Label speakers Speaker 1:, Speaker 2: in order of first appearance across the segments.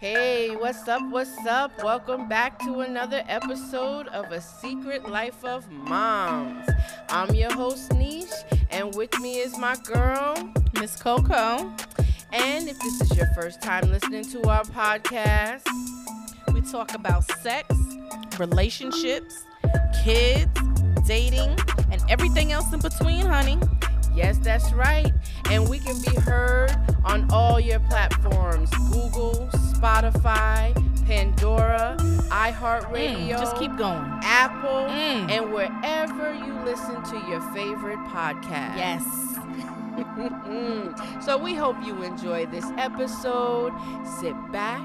Speaker 1: Hey, what's up? What's up? Welcome back to another episode of A Secret Life of Moms. I'm your host, Niche, and with me is my girl,
Speaker 2: Miss Coco.
Speaker 1: And if this is your first time listening to our podcast,
Speaker 2: we talk about sex, relationships, kids, dating, and everything else in between, honey.
Speaker 1: Yes, that's right. And we can be heard on all your platforms Google, Spotify, Pandora, iHeartRadio.
Speaker 2: Mm, just keep going.
Speaker 1: Apple, mm. and wherever you listen to your favorite podcast.
Speaker 2: Yes.
Speaker 1: so we hope you enjoy this episode. Sit back,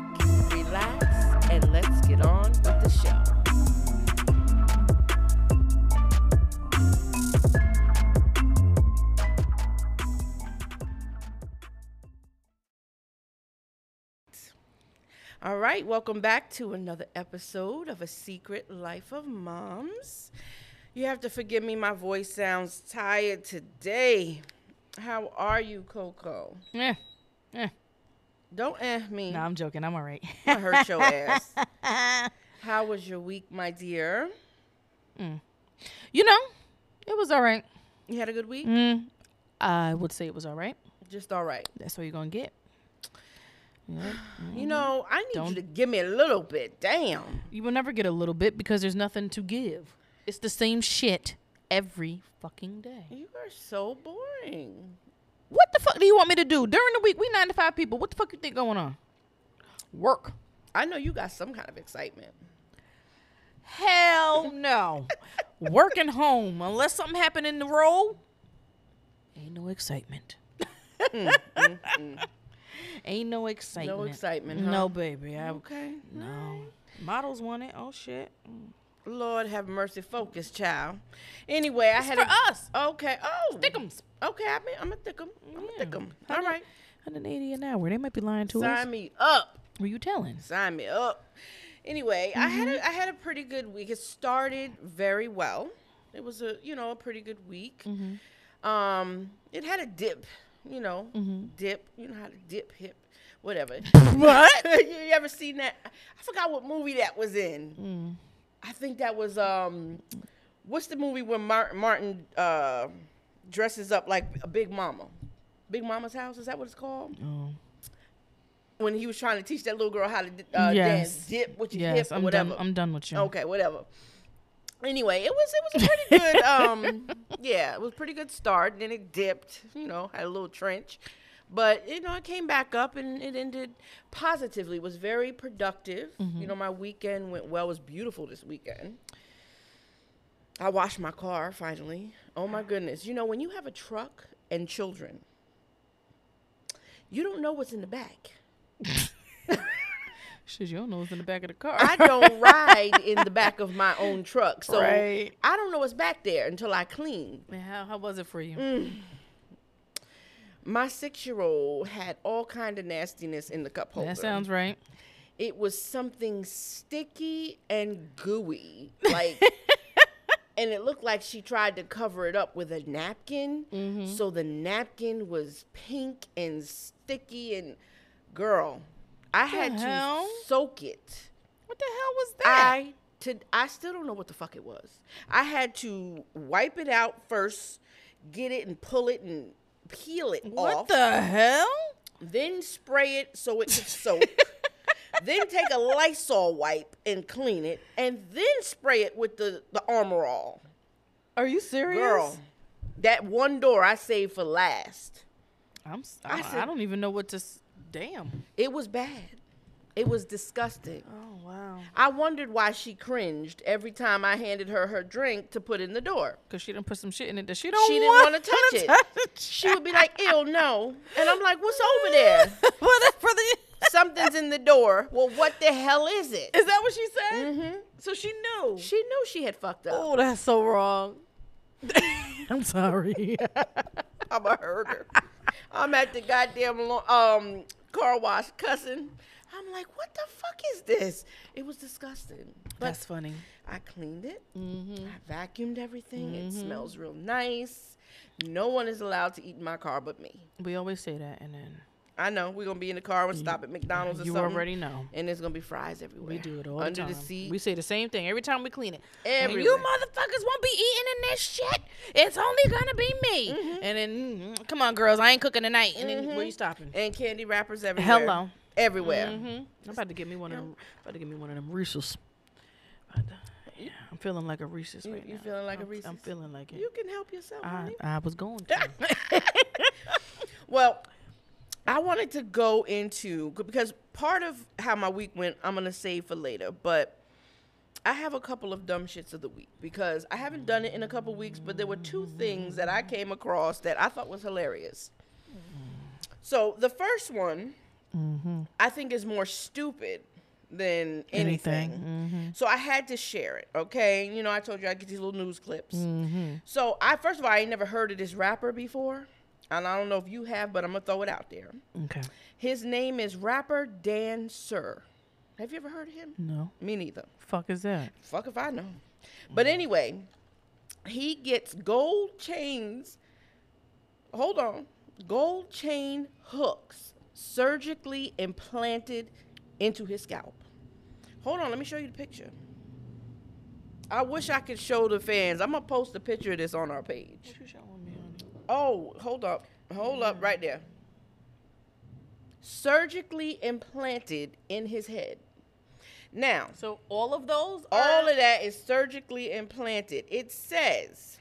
Speaker 1: relax, and let's get on with the show. All right, welcome back to another episode of A Secret Life of Moms. You have to forgive me, my voice sounds tired today. How are you, Coco?
Speaker 2: Yeah. Yeah.
Speaker 1: Don't eh me.
Speaker 2: No, I'm joking. I'm all right.
Speaker 1: I hurt your ass. How was your week, my dear?
Speaker 2: Mm. You know, it was all right.
Speaker 1: You had a good week?
Speaker 2: Mm. I would say it was all right.
Speaker 1: Just all right.
Speaker 2: That's what you're going to get.
Speaker 1: You know,
Speaker 2: Mm-hmm.
Speaker 1: I need Don't. you to give me a little bit. Damn.
Speaker 2: You will never get a little bit because there's nothing to give. It's the same shit every fucking day.
Speaker 1: You are so boring.
Speaker 2: What the fuck do you want me to do? During the week, we nine to five people. What the fuck you think going on? Work.
Speaker 1: I know you got some kind of excitement.
Speaker 2: Hell no. Working home, unless something happened in the road, ain't no excitement. mm, mm, mm. Ain't no excitement.
Speaker 1: No excitement. Huh?
Speaker 2: No, baby. I,
Speaker 1: okay.
Speaker 2: No. Right. Models want it. Oh shit.
Speaker 1: Lord have mercy. Focus, child. Anyway,
Speaker 2: it's
Speaker 1: I had
Speaker 2: for a, us.
Speaker 1: Okay. Oh,
Speaker 2: thickums.
Speaker 1: Okay, I mean, I'm gonna thick them. I'm yeah. gonna thick them. All right.
Speaker 2: 180 an hour. They might be lying to
Speaker 1: Sign
Speaker 2: us.
Speaker 1: Sign me up.
Speaker 2: Were you telling?
Speaker 1: Sign me up. Anyway, mm-hmm. I had a, I had a pretty good week. It started very well. It was a you know a pretty good week. Mm-hmm. Um, it had a dip you know, mm-hmm. dip. You know how to dip hip, whatever.
Speaker 2: what?
Speaker 1: you, you, ever seen that? I forgot what movie that was in. Mm. I think that was um, what's the movie where Martin, Martin uh, dresses up like a Big Mama? Big Mama's house is that what it's called? Oh. When he was trying to teach that little girl how to uh, yes. dance, dip with your yes, hip,
Speaker 2: I'm
Speaker 1: whatever.
Speaker 2: Done, I'm done with you.
Speaker 1: Okay, whatever anyway, it was it was a pretty good um yeah, it was pretty good start. Then it dipped, you know, had a little trench. But you know, it came back up and it ended positively. It was very productive. Mm-hmm. You know, my weekend went well. It was beautiful this weekend. I washed my car finally. Oh my goodness. You know, when you have a truck and children, you don't know what's in the back.
Speaker 2: Shit, you don't know what's in the back of the car.
Speaker 1: I don't ride in the back of my own truck, so
Speaker 2: right.
Speaker 1: I don't know what's back there until I clean.
Speaker 2: Man, how how was it for you? Mm.
Speaker 1: My six year old had all kind of nastiness in the cup holder.
Speaker 2: That sounds right.
Speaker 1: It was something sticky and gooey, like. and it looked like she tried to cover it up with a napkin. Mm-hmm. So the napkin was pink and sticky and girl, I had hell? to soak it.
Speaker 2: What the hell was that?
Speaker 1: I to I still don't know what the fuck it was. I had to wipe it out first, get it and pull it and peel it
Speaker 2: what
Speaker 1: off.
Speaker 2: the hell?
Speaker 1: Then spray it so it could soak. then take a Lysol wipe and clean it, and then spray it with the the Armor All.
Speaker 2: Are you serious,
Speaker 1: girl? That one door I saved for last.
Speaker 2: I'm. I, I, said, I don't even know what to. S- Damn.
Speaker 1: It was bad. It was disgusting.
Speaker 2: Oh, wow.
Speaker 1: I wondered why she cringed every time I handed her her drink to put in the door.
Speaker 2: Because she didn't put some shit in it that she don't
Speaker 1: She
Speaker 2: want
Speaker 1: didn't want to touch, touch it. she would be like, ew, no. And I'm like, what's over there?
Speaker 2: what for the...
Speaker 1: Something's in the door. Well, what the hell is it?
Speaker 2: Is that what she said?
Speaker 1: Mm-hmm.
Speaker 2: So she knew.
Speaker 1: She knew she had fucked up.
Speaker 2: Oh, that's so wrong. I'm sorry.
Speaker 1: I'm a herder. I'm at the goddamn um, car wash cussing. I'm like, what the fuck is this? It was disgusting. But
Speaker 2: That's funny.
Speaker 1: I cleaned it. I vacuumed everything. It smells real nice. No one is allowed to eat in my car but me.
Speaker 2: We always say that, and then
Speaker 1: I know we're gonna be in the car and stop at McDonald's or
Speaker 2: you
Speaker 1: something.
Speaker 2: already know.
Speaker 1: And there's gonna be fries everywhere.
Speaker 2: We do it all
Speaker 1: under
Speaker 2: the time.
Speaker 1: seat.
Speaker 2: We say the same thing every time we clean it. And you
Speaker 1: Everywhere.
Speaker 2: motherfuckers won't be eating in this shit. It's only gonna be me.
Speaker 1: Mm-hmm.
Speaker 2: And then, mm, come on, girls, I ain't cooking tonight. And then, where you stopping?
Speaker 1: and candy wrappers Mm-hmm. everywhere.
Speaker 2: Hello.
Speaker 1: Everywhere.
Speaker 2: Mm-hmm. I'm about to get me one of them. About to get me one of them Reese's. About to- yeah, I'm feeling like a Reese's right
Speaker 1: you
Speaker 2: now.
Speaker 1: feeling like a
Speaker 2: I'm- I'm
Speaker 1: Reese's?
Speaker 2: feeling like it.
Speaker 1: You can help yourself.
Speaker 2: I,
Speaker 1: honey.
Speaker 2: I was going to.
Speaker 1: Well, I wanted to go into because part of how my week went, I'm gonna save for later. But I have a couple of dumb shits of the week because I haven't done it in a couple weeks. But there were two things that I came across that I thought was hilarious. So the first one,
Speaker 2: Mm-hmm.
Speaker 1: I think, is more stupid than anything.
Speaker 2: Mm-hmm.
Speaker 1: So I had to share it. Okay, you know, I told you I get these little news clips. So I first of all, I ain't never heard of this rapper before, and I don't know if you have, but I'm gonna throw it out there.
Speaker 2: Okay.
Speaker 1: His name is rapper Dan Sir. Have you ever heard of him?
Speaker 2: No.
Speaker 1: Me neither.
Speaker 2: Fuck is that?
Speaker 1: Fuck if I know. But anyway, he gets gold chains. Hold on, gold chain hooks surgically implanted into his scalp. Hold on, let me show you the picture. I wish I could show the fans. I'm gonna post a picture of this on our page. Oh, hold up. Hold up right there. Surgically implanted in his head. Now,
Speaker 2: So all of those?
Speaker 1: all of that is surgically implanted. It says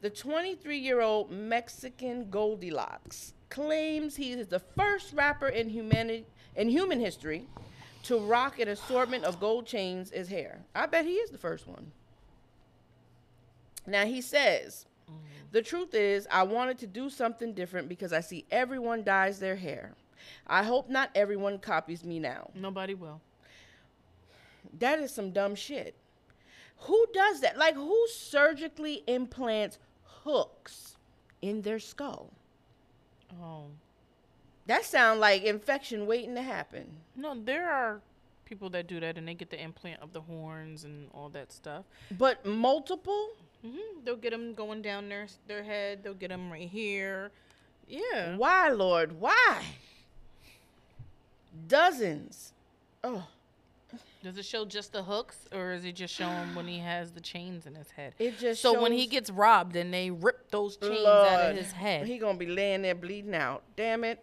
Speaker 1: the 23 year old Mexican Goldilocks claims he is the first rapper in, humani- in human history to rock an assortment of gold chains as hair. I bet he is the first one. Now he says,
Speaker 2: Mm-hmm.
Speaker 1: the truth is, I wanted to do something different because I see everyone dyes their hair. I hope not everyone copies me now.
Speaker 2: Nobody will.
Speaker 1: That is some dumb shit. Who does that? Like, who surgically implants hooks in their skull?
Speaker 2: Oh.
Speaker 1: That sounds like infection waiting to happen.
Speaker 2: No, there are people that do that and they get the implant of the horns and all that stuff.
Speaker 1: But multiple?
Speaker 2: hmm They'll get them going down their their head. They'll get them right here. Yeah.
Speaker 1: Why, Lord? Why? Dozens. Oh,
Speaker 2: Does it show just the hooks, or is it just showing when he has the chains in his head?
Speaker 1: It just
Speaker 2: so when he
Speaker 1: shows-
Speaker 2: gets robbed and they rip those chains out of
Speaker 1: Lord.
Speaker 2: his head.
Speaker 1: He gonna be laying there bleeding out. Damn it!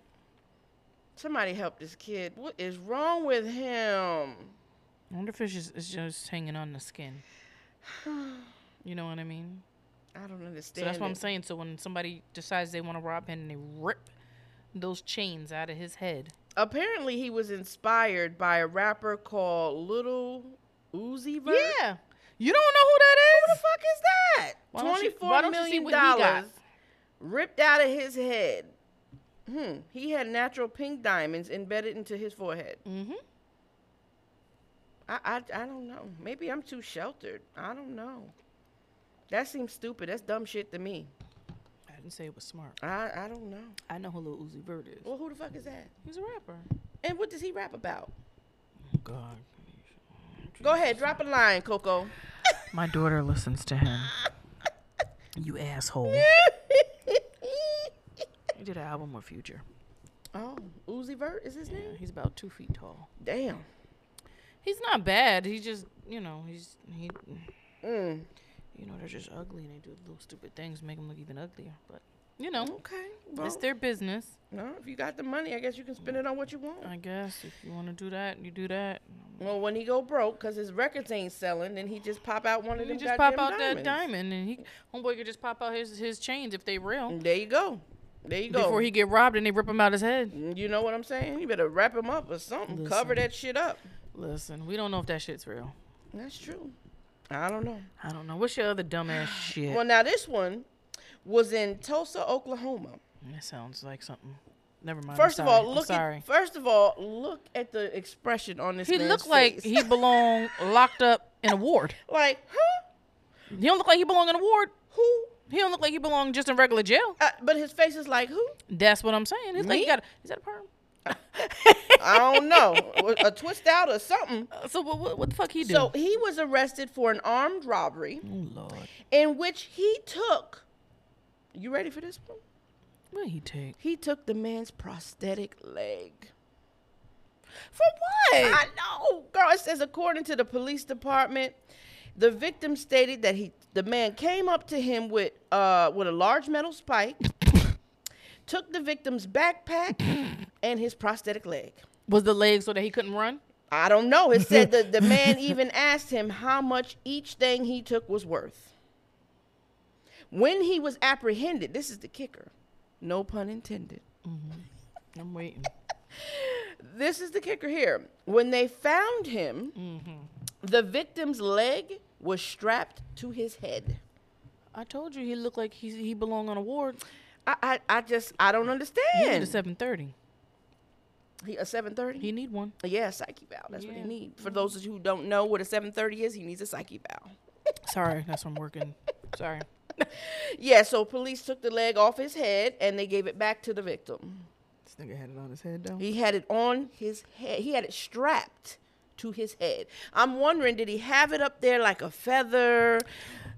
Speaker 1: Somebody help this kid. What is wrong with him?
Speaker 2: I wonder if it's just, it's just hanging on the skin. You know what I mean?
Speaker 1: I don't
Speaker 2: So
Speaker 1: understand.
Speaker 2: that's what I'm
Speaker 1: it.
Speaker 2: saying. So when somebody decides they want to rob him and they rip those chains out of his head.
Speaker 1: apparently he was inspired by a rapper called Little Uzi Vert.
Speaker 2: Yeah. You don't know who that is?
Speaker 1: What the fuck is that?
Speaker 2: Why don't you- why
Speaker 1: Twenty-four
Speaker 2: don't you see
Speaker 1: million
Speaker 2: what he got?
Speaker 1: dollars ripped out of his head. Hmm. He had natural pink diamonds embedded into his forehead.
Speaker 2: Mm-hmm.
Speaker 1: I, I, I don't know. Maybe I'm too sheltered. I don't know. That seems stupid. That's dumb shit to me.
Speaker 2: I didn't say it was smart.
Speaker 1: I, I don't know.
Speaker 2: I know who Lil Uzi Vert is.
Speaker 1: Well, who the fuck is that?
Speaker 2: He's a rapper.
Speaker 1: And what does he rap about?
Speaker 2: God.
Speaker 1: Go ahead, drop a line, Coco.
Speaker 2: My daughter listens to him. You asshole. He did an album with Future.
Speaker 1: oh, Uzi Vert is his name?
Speaker 2: He's about two feet tall.
Speaker 1: Damn.
Speaker 2: He's not bad. He just, you know, he's he.
Speaker 1: Mm.
Speaker 2: You know, they're just ugly and they do little stupid things, make them look even uglier. But you know,
Speaker 1: Okay. Well,
Speaker 2: it's their business.
Speaker 1: no, if you got the money, I guess you can spend it on what you want.
Speaker 2: I guess if you want to do that, you do that.
Speaker 1: Well, when he go broke because his records ain't selling, then he just pop out one of
Speaker 2: And
Speaker 1: them.
Speaker 2: he just pop
Speaker 1: goddamn
Speaker 2: out
Speaker 1: diamonds.
Speaker 2: that diamond, and he homeboy could just pop out his his chains if they real
Speaker 1: There you go. There you go.
Speaker 2: before he get robbed and they rip him out his head.
Speaker 1: you know what I'm saying? You better wrap him up or something. Cover that shit up.
Speaker 2: Listen, we don't know if that shit's real.
Speaker 1: That's true. I don't know.
Speaker 2: I don't know. What's your other dumbass shit?
Speaker 1: Well, now this one was in Tulsa, Oklahoma.
Speaker 2: That sounds like something. Never mind. I'm
Speaker 1: First of
Speaker 2: sorry.
Speaker 1: all,
Speaker 2: I'm
Speaker 1: look
Speaker 2: sorry.
Speaker 1: at first of all look at the expression on this.
Speaker 2: He
Speaker 1: man's
Speaker 2: looked like
Speaker 1: face.
Speaker 2: he belonged locked up in a ward.
Speaker 1: like huh?
Speaker 2: He don't look like he belong in a ward.
Speaker 1: Who?
Speaker 2: He don't look like he belong just in regular jail.
Speaker 1: Uh, but his face is like who?
Speaker 2: That's what I'm saying. He's
Speaker 1: Me?
Speaker 2: like, he got a, is that a perm? Uh,
Speaker 1: I don't know. A twist out or something.
Speaker 2: So what, what, what the fuck he do?
Speaker 1: So he was arrested for an armed robbery
Speaker 2: oh lord,
Speaker 1: in which he took. You ready for this one?
Speaker 2: what he take?
Speaker 1: He took the man's prosthetic leg.
Speaker 2: For what?
Speaker 1: I know, girl. It says according to the police department, the victim stated that he, the man, came up to him with uh with a large metal spike, took the victim's backpack and his prosthetic leg.
Speaker 2: was the leg so that he couldn't run?
Speaker 1: I don't know. It said that the man even asked him how much each thing he took was worth. When he was apprehended, this is the kicker, no pun intended.
Speaker 2: I'm waiting.
Speaker 1: This is the kicker here. When they found him,
Speaker 2: Mm-hmm.
Speaker 1: the victim's leg was strapped to his head.
Speaker 2: I told you he looked like he he belonged on a ward.
Speaker 1: I, I, I just I don't
Speaker 2: He need
Speaker 1: understand.
Speaker 2: a seven thirty.
Speaker 1: He- a seven thirty.
Speaker 2: He need one.
Speaker 1: Yeah, psyche bow. That's what he
Speaker 2: Yeah.
Speaker 1: needs. For those of you who don't know what a seven thirty is, he needs a psyche bow.
Speaker 2: Sorry, that's from working. Sorry.
Speaker 1: Yeah, so police took the leg off his head and they gave it back to the victim.
Speaker 2: This nigga had it on his head though.
Speaker 1: He had it on his head. He had it strapped to his head. I'm wondering, did he have it up there like a feather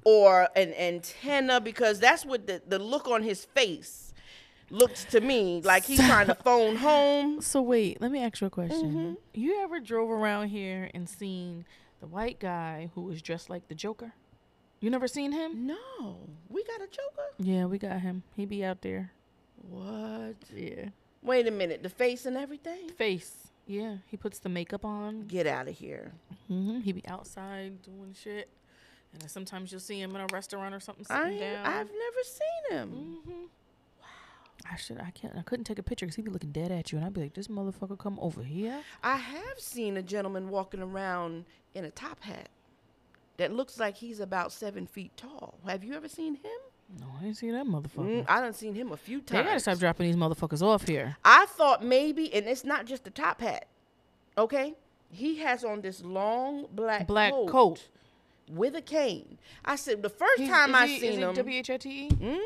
Speaker 1: or an antenna? Because that's what the, the look on his face looks to me like he's trying to phone home.
Speaker 2: So wait, let me ask you a question. You ever drove around here and seen the white guy who was dressed like the Joker? You never seen him?
Speaker 1: No, we got a joker.
Speaker 2: Yeah, we got him. He be out there.
Speaker 1: What?
Speaker 2: Yeah.
Speaker 1: Wait a minute, the face and everything.
Speaker 2: Face. Yeah, he puts the makeup on.
Speaker 1: Get out of here.
Speaker 2: hmm He be outside doing shit. And then sometimes you'll see him in a restaurant or something
Speaker 1: I
Speaker 2: sitting down.
Speaker 1: I've never seen him.
Speaker 2: Mhm. Mm-hmm. I should. I can't. I couldn't take a picture because he'd be looking dead at you, and I'd be like, "This motherfucker come over here."
Speaker 1: I have seen a gentleman walking around in a top hat that looks like he's about seven feet tall. Have you ever seen him?
Speaker 2: No, I didn't see that motherfucker.
Speaker 1: Mm, I done seen him a few
Speaker 2: They gotta
Speaker 1: times.
Speaker 2: stop dropping these motherfuckers off here.
Speaker 1: I thought maybe, and it's not just the top hat, okay? He has on this long black,
Speaker 2: Black coat.
Speaker 1: with a cane. I said the first
Speaker 2: He's-
Speaker 1: time
Speaker 2: is
Speaker 1: I
Speaker 2: he-
Speaker 1: seen
Speaker 2: is
Speaker 1: him.
Speaker 2: he WHITE?
Speaker 1: mhm.
Speaker 2: E?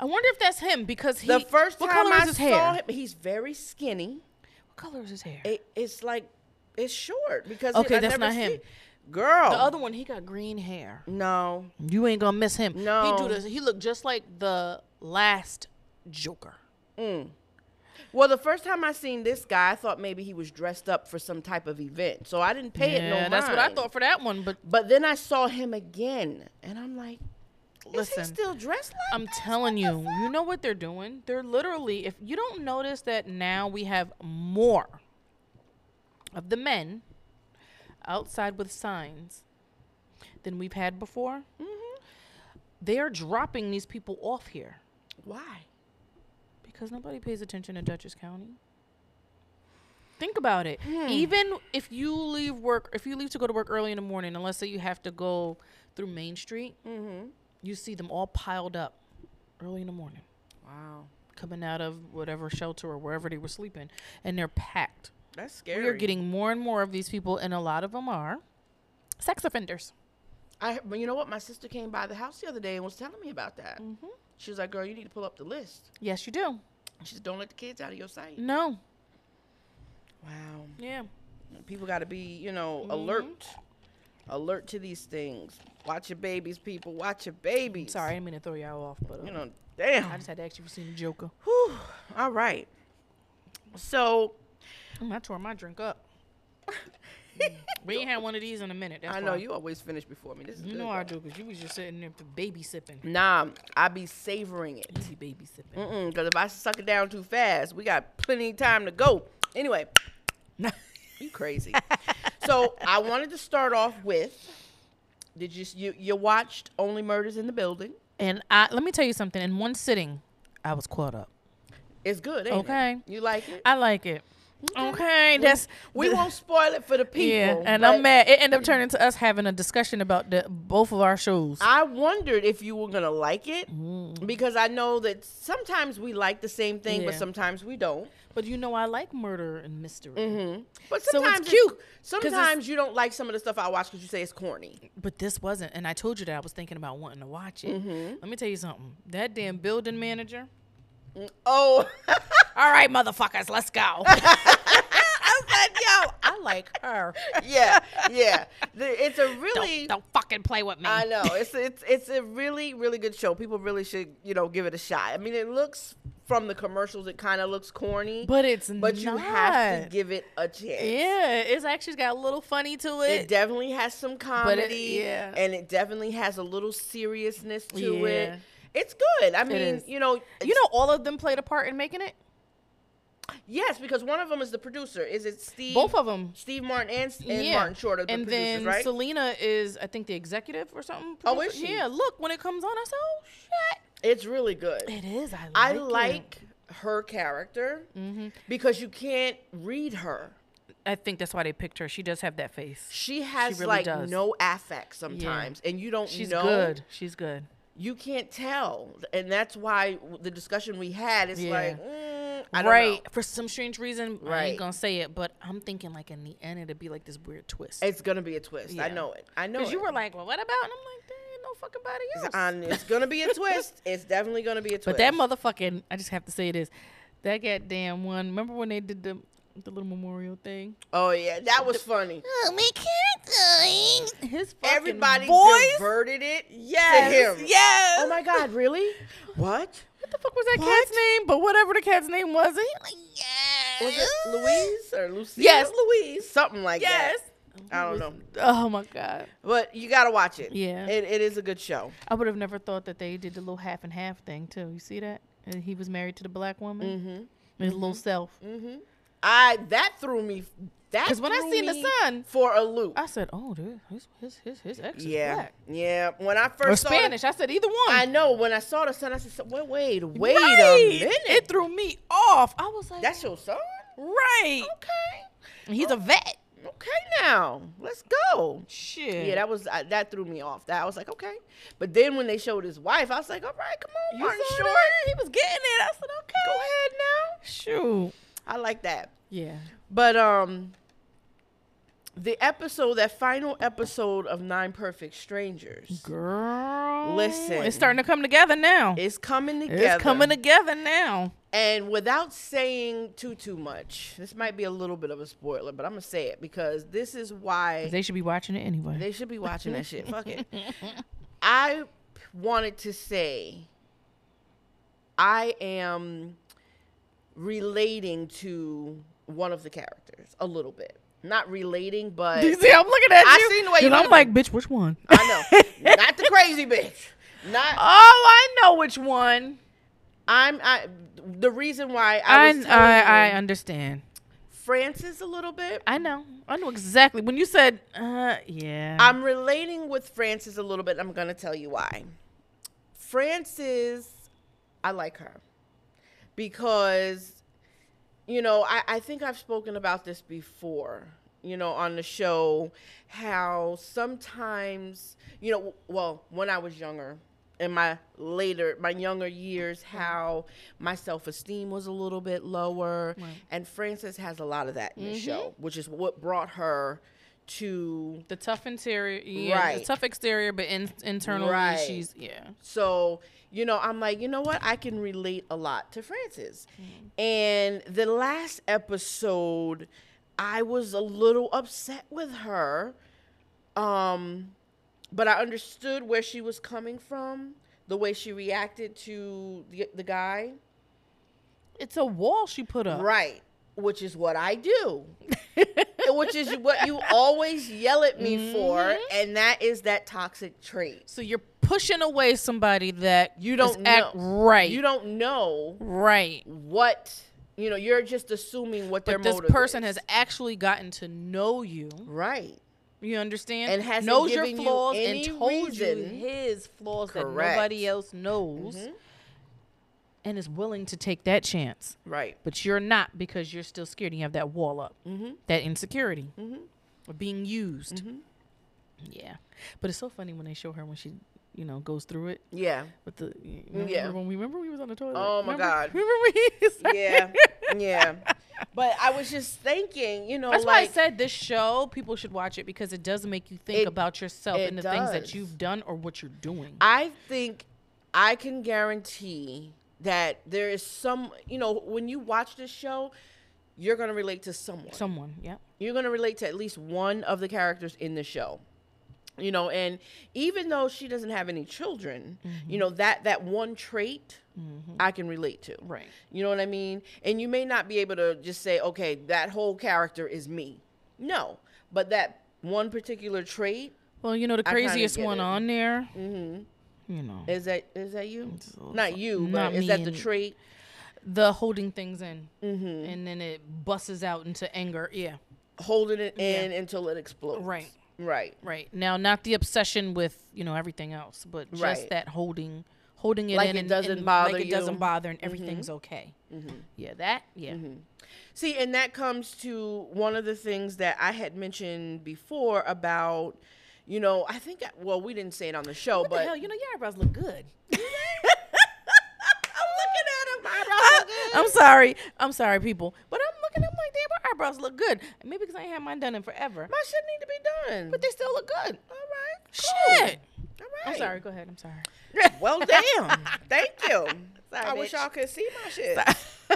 Speaker 2: I wonder if that's him because he.
Speaker 1: the first
Speaker 2: what
Speaker 1: time
Speaker 2: color
Speaker 1: I
Speaker 2: is his
Speaker 1: saw
Speaker 2: hair?
Speaker 1: him, he's very skinny.
Speaker 2: What color is his hair?
Speaker 1: It, it's like it's short because
Speaker 2: Okay,
Speaker 1: I
Speaker 2: that's
Speaker 1: never
Speaker 2: not him.
Speaker 1: see- Girl,
Speaker 2: the other one, he got green hair.
Speaker 1: no,
Speaker 2: You ain't gonna miss him.
Speaker 1: No.
Speaker 2: he do this. He looked just like the last Joker.
Speaker 1: Well, the first time I seen this guy, I thought maybe he was dressed up for some type of event, so I didn't pay it no
Speaker 2: yeah,
Speaker 1: mind.
Speaker 2: that's what I thought for that one. But
Speaker 1: But then I saw him again, and I'm like, is
Speaker 2: Listen,
Speaker 1: he still dressed like?
Speaker 2: I'm
Speaker 1: this?
Speaker 2: telling
Speaker 1: What the
Speaker 2: you,
Speaker 1: fuck?
Speaker 2: you know what they're doing? They're literally, if you don't notice that now we have more of the men outside with signs than we've had before, they are dropping these people off here
Speaker 1: Why?
Speaker 2: because nobody pays attention to Dutchess County. Think about it. Even if you leave work, if you leave to go to work early in the morning, unless say you have to go through Main Street,
Speaker 1: Mm.
Speaker 2: you see them all piled up early in the morning
Speaker 1: Wow,
Speaker 2: coming out of whatever shelter or wherever they were sleeping, and they're packed.
Speaker 1: that's scary.
Speaker 2: We are getting more and more of these people, and a lot of them are sex offenders.
Speaker 1: I, but you know what? My sister came by the house the other day and was telling me about that.
Speaker 2: Mm-hmm.
Speaker 1: She was like, "Girl, you need to pull up the list."
Speaker 2: Yes, you do.
Speaker 1: She said, "Don't let the kids out of your sight."
Speaker 2: No.
Speaker 1: Wow.
Speaker 2: Yeah.
Speaker 1: People got to be, you know,
Speaker 2: Mm-hmm.
Speaker 1: alert, alert to these things. Watch your babies, people. Watch your babies.
Speaker 2: Sorry, I didn't mean to throw y'all off, but uh,
Speaker 1: You know,
Speaker 2: I
Speaker 1: damn.
Speaker 2: just had to ask you if you seen the Joker.
Speaker 1: Whew. All right. So
Speaker 2: Mm, I tore my drink up. we ain't had one of these in a minute. That's
Speaker 1: I know
Speaker 2: why.
Speaker 1: you always finish before me. This is
Speaker 2: You
Speaker 1: good,
Speaker 2: know I
Speaker 1: though.
Speaker 2: do, cause you was just sitting there baby sipping.
Speaker 1: Nah, I be savoring it.
Speaker 2: You be baby sipping.
Speaker 1: Mm-mm, Cause if I suck it down too fast, we got plenty of time to go. Anyway, Mm. you crazy. so I wanted to start off with. Did you you you watched Only Murders in the Building?
Speaker 2: and I let me tell you something. In one sitting, I was caught up.
Speaker 1: It's good, ain't it?
Speaker 2: Okay.
Speaker 1: You like it?
Speaker 2: I like it. Okay, that's
Speaker 1: we
Speaker 2: th-
Speaker 1: won't spoil it for the people.
Speaker 2: Yeah, and
Speaker 1: but
Speaker 2: I'm mad. It ended up turning to us having a discussion about the both of our shows.
Speaker 1: I wondered if you were gonna like it because I know that sometimes we like the same thing, but
Speaker 2: Mm. Yeah.
Speaker 1: sometimes we don't.
Speaker 2: but you know, I like murder and mystery.
Speaker 1: But
Speaker 2: So it's
Speaker 1: sometimes
Speaker 2: cute, 'cause it's-
Speaker 1: sometimes you don't like some of the stuff I watch because you say it's corny.
Speaker 2: But this wasn't, and I Mm-hmm. told you that I was thinking about wanting to watch it. Let me tell you something. That damn building manager,
Speaker 1: Oh, I
Speaker 2: All right, motherfuckers, let's go.
Speaker 1: was like, yo,
Speaker 2: I like her.
Speaker 1: yeah, yeah. The, it's a really.
Speaker 2: Don't, don't fucking play with me.
Speaker 1: I know it's it's it's a really really good show. People really should you know give it a shot. I mean, it looks from the commercials, it kind of looks corny,
Speaker 2: But it's
Speaker 1: but you have to
Speaker 2: not.
Speaker 1: give it a chance.
Speaker 2: Yeah, it's actually got a little funny to it.
Speaker 1: It definitely has some comedy,
Speaker 2: yeah.
Speaker 1: and it definitely has a little seriousness to
Speaker 2: Yeah.
Speaker 1: it. It's good. I mean,
Speaker 2: is.
Speaker 1: you know,
Speaker 2: you know, all of them played a part in making it.
Speaker 1: yes, because one of them is the producer. Is it Steve?
Speaker 2: Both of them.
Speaker 1: Steve Martin and, S- and Martin Short are the
Speaker 2: and
Speaker 1: producers,
Speaker 2: then
Speaker 1: right?
Speaker 2: Selena is, I think, the executive or something.
Speaker 1: Oh, is
Speaker 2: producer.
Speaker 1: she?
Speaker 2: Yeah. Look, when it comes on, I said, "Oh shit!"
Speaker 1: it's really good.
Speaker 2: It is. I like.
Speaker 1: I
Speaker 2: it.
Speaker 1: like her character
Speaker 2: Mm-hmm.
Speaker 1: because you can't read her.
Speaker 2: I think that's why they picked her. She does have that face.
Speaker 1: She has
Speaker 2: really
Speaker 1: like
Speaker 2: does.
Speaker 1: no affect sometimes, and you don't
Speaker 2: She's
Speaker 1: know.
Speaker 2: good. She's good.
Speaker 1: You can't tell, and that's why the discussion we had is
Speaker 2: Yeah.
Speaker 1: like, mm, I don't know.
Speaker 2: right. For some strange reason, I ain't
Speaker 1: Right.
Speaker 2: gonna say it, but I'm thinking like in the end it'd be like this weird twist.
Speaker 1: It's gonna be a twist. I
Speaker 2: Yeah.
Speaker 1: know it. I know
Speaker 2: Because
Speaker 1: it.
Speaker 2: you were like, well, what about? And I'm like, there ain't no fucking body else.
Speaker 1: And it's gonna be a twist. It's definitely gonna be a twist.
Speaker 2: But that motherfucking, I just have to say this, that goddamn one. Remember when they did the the little memorial thing?
Speaker 1: oh yeah, that was funny.
Speaker 2: Oh, my character. His fucking
Speaker 1: Everybody
Speaker 2: voice.
Speaker 1: diverted it
Speaker 2: yes,
Speaker 1: to him.
Speaker 2: yes.
Speaker 1: Oh my God, really? what?
Speaker 2: What the fuck was that
Speaker 1: What?
Speaker 2: cat's name? But whatever the cat's name was, and he was like, yes.
Speaker 1: Was it Louise or Lucy?
Speaker 2: Yes, Louise.
Speaker 1: Something like
Speaker 2: Yes.
Speaker 1: that. I don't know.
Speaker 2: Oh my god.
Speaker 1: But you gotta watch it.
Speaker 2: Yeah.
Speaker 1: It, it is a good show.
Speaker 2: I would have never thought that they did the little half and half thing too. You see that? And he was married to the black woman. Mm-hmm. His little self.
Speaker 1: I that threw me. That
Speaker 2: 'Cause when I
Speaker 1: threw
Speaker 2: seen the
Speaker 1: me
Speaker 2: sun-
Speaker 1: for a loop.
Speaker 2: I said, "Oh, dude, his his his, his ex is
Speaker 1: yeah,
Speaker 2: black
Speaker 1: yeah. When I first
Speaker 2: or
Speaker 1: saw the-
Speaker 2: Spanish." I said, "Either one."
Speaker 1: I know when I saw the son, I said, "Wait, wait, wait
Speaker 2: Right.
Speaker 1: a minute!
Speaker 2: It threw me off. I was like,
Speaker 1: That's your son?
Speaker 2: right.
Speaker 1: Okay, Oh.
Speaker 2: And He's a vet.
Speaker 1: okay. Now let's go."
Speaker 2: Shit.
Speaker 1: Yeah, that was I, that threw me off. That I was like, okay. But then when they showed his wife, I was like, all right, come on,
Speaker 2: you
Speaker 1: Martin
Speaker 2: saw
Speaker 1: Short,
Speaker 2: that? He was getting it. I said, okay.
Speaker 1: go ahead now.
Speaker 2: Shoot.
Speaker 1: I like that.
Speaker 2: Yeah.
Speaker 1: But um, the episode, that final episode of Nine Perfect Strangers,
Speaker 2: Girl.
Speaker 1: Listen.
Speaker 2: It's starting to come together now.
Speaker 1: is coming together.
Speaker 2: It's coming together now.
Speaker 1: And without saying too too much, this might be a little bit of a spoiler, but I'm gonna say it because this is why
Speaker 2: They should be watching it anyway.
Speaker 1: They should be watching that shit. Fuck it. I wanted to say I am relating to one of the characters a little bit. Not relating, but
Speaker 2: you see, I'm looking at
Speaker 1: I
Speaker 2: you.
Speaker 1: seen the way you
Speaker 2: and I'm
Speaker 1: look.
Speaker 2: like, bitch, which one?
Speaker 1: I know. Not the crazy bitch. Not
Speaker 2: oh, I know which one.
Speaker 1: I'm I the reason why I
Speaker 2: I,
Speaker 1: was
Speaker 2: I, I
Speaker 1: telling you
Speaker 2: understand.
Speaker 1: Francis a little bit.
Speaker 2: I know. I know exactly. When you said, uh, yeah.
Speaker 1: I'm relating with Frances a little bit. I'm going to tell you why. Frances, I like her because, you know, I, I think I've spoken about this before, you know, on the show, how sometimes, you know, w- well, when I was younger, in my later, my younger years, how my self esteem was a little bit lower.
Speaker 2: Right. Mm-hmm.
Speaker 1: And Frances has a lot of that in the show, which is what brought her to
Speaker 2: The tough interior, yeah, The
Speaker 1: Right.
Speaker 2: tough exterior, but in, internally,
Speaker 1: Right.
Speaker 2: she's yeah.
Speaker 1: So, you know, I'm like, you know what? I can relate a lot to Francis.
Speaker 2: Mm-hmm.
Speaker 1: And the last episode, I was a little upset with her. Um, but I understood where she was coming from, the way she reacted to the, the guy.
Speaker 2: It's a wall she put up.
Speaker 1: Right. Which is what I do. Which is what you always yell at me
Speaker 2: Mm-hmm.
Speaker 1: for. And that is that toxic trait.
Speaker 2: So you're pushing away somebody that
Speaker 1: You don't
Speaker 2: is
Speaker 1: know.
Speaker 2: act right.
Speaker 1: You don't know
Speaker 2: right.
Speaker 1: what you know you're just assuming what their
Speaker 2: But this
Speaker 1: motive
Speaker 2: person
Speaker 1: is.
Speaker 2: has actually gotten to know you.
Speaker 1: right
Speaker 2: You understand?
Speaker 1: And hasn't
Speaker 2: knows your
Speaker 1: given you
Speaker 2: flaws
Speaker 1: any
Speaker 2: and told
Speaker 1: reason.
Speaker 2: you his flaws that
Speaker 1: Correct. Mm-hmm.
Speaker 2: nobody else knows, and is willing to take that chance.
Speaker 1: right
Speaker 2: But you're not because you're still scared. and You have that wall up,
Speaker 1: Mm-hmm.
Speaker 2: that insecurity of being used. Yeah, but it's so funny when they show her when she, you know, goes through it
Speaker 1: yeah
Speaker 2: with the.
Speaker 1: Mm,
Speaker 2: Remember
Speaker 1: Yeah.
Speaker 2: When we remember we was on the toilet.
Speaker 1: Oh, my
Speaker 2: Remember-
Speaker 1: God.
Speaker 2: Remember we.
Speaker 1: yeah yeah but i was just thinking you know
Speaker 2: That's why I
Speaker 1: like
Speaker 2: said this show people should watch it because it does make you think
Speaker 1: It-
Speaker 2: about yourself
Speaker 1: it
Speaker 2: and the things that
Speaker 1: does.
Speaker 2: you've done or what you're doing.
Speaker 1: I think i can guarantee that there is some, you know, when you watch this show, you're going to relate to someone.
Speaker 2: Someone, yeah.
Speaker 1: you're going to relate to at least one of the characters in the show. You know, and even though she doesn't have any children,
Speaker 2: Mm-hmm.
Speaker 1: you know, that that one trait I can relate to.
Speaker 2: Right.
Speaker 1: You know what I mean? And you may not be able to just say, okay, that whole character is me. No, but that one particular trait
Speaker 2: Well, you know the
Speaker 1: I kinda
Speaker 2: craziest
Speaker 1: get
Speaker 2: one
Speaker 1: it. Mm-hmm.
Speaker 2: on there. You know
Speaker 1: is that is that you?
Speaker 2: a
Speaker 1: Not you,
Speaker 2: not
Speaker 1: but is
Speaker 2: me
Speaker 1: that the
Speaker 2: and-
Speaker 1: trait?
Speaker 2: the holding things in,
Speaker 1: Mm-hmm.
Speaker 2: and then it busses out into anger. Yeah.
Speaker 1: Holding it in until it explodes.
Speaker 2: Right.
Speaker 1: Right.
Speaker 2: Right now, not the obsession with you know everything else, but just
Speaker 1: Right.
Speaker 2: that holding, holding it
Speaker 1: Like
Speaker 2: in,
Speaker 1: it
Speaker 2: and,
Speaker 1: doesn't
Speaker 2: and
Speaker 1: bother
Speaker 2: like it
Speaker 1: you. Mm-hmm.
Speaker 2: doesn't bother, and everything's okay. Yeah, that. Yeah,
Speaker 1: See, and that comes to one of the things that I had mentioned before about, you know, I think, well, we didn't say it on the show,
Speaker 2: what
Speaker 1: but
Speaker 2: the hell? You know your eyebrows look good.
Speaker 1: I'm looking at him. My eyebrows look good.
Speaker 2: I'm sorry, I'm sorry, people, but I'm looking. I'm like, damn, my eyebrows look good. Maybe because I ain't had mine done in forever,
Speaker 1: My shit need to be done.
Speaker 2: but they still look good.
Speaker 1: all right. cool.
Speaker 2: Shit.
Speaker 1: All
Speaker 2: I'm
Speaker 1: right.
Speaker 2: sorry. Go ahead. I'm sorry.
Speaker 1: Well, damn. Thank you. I wish
Speaker 2: bitch.
Speaker 1: y'all could see my shit. you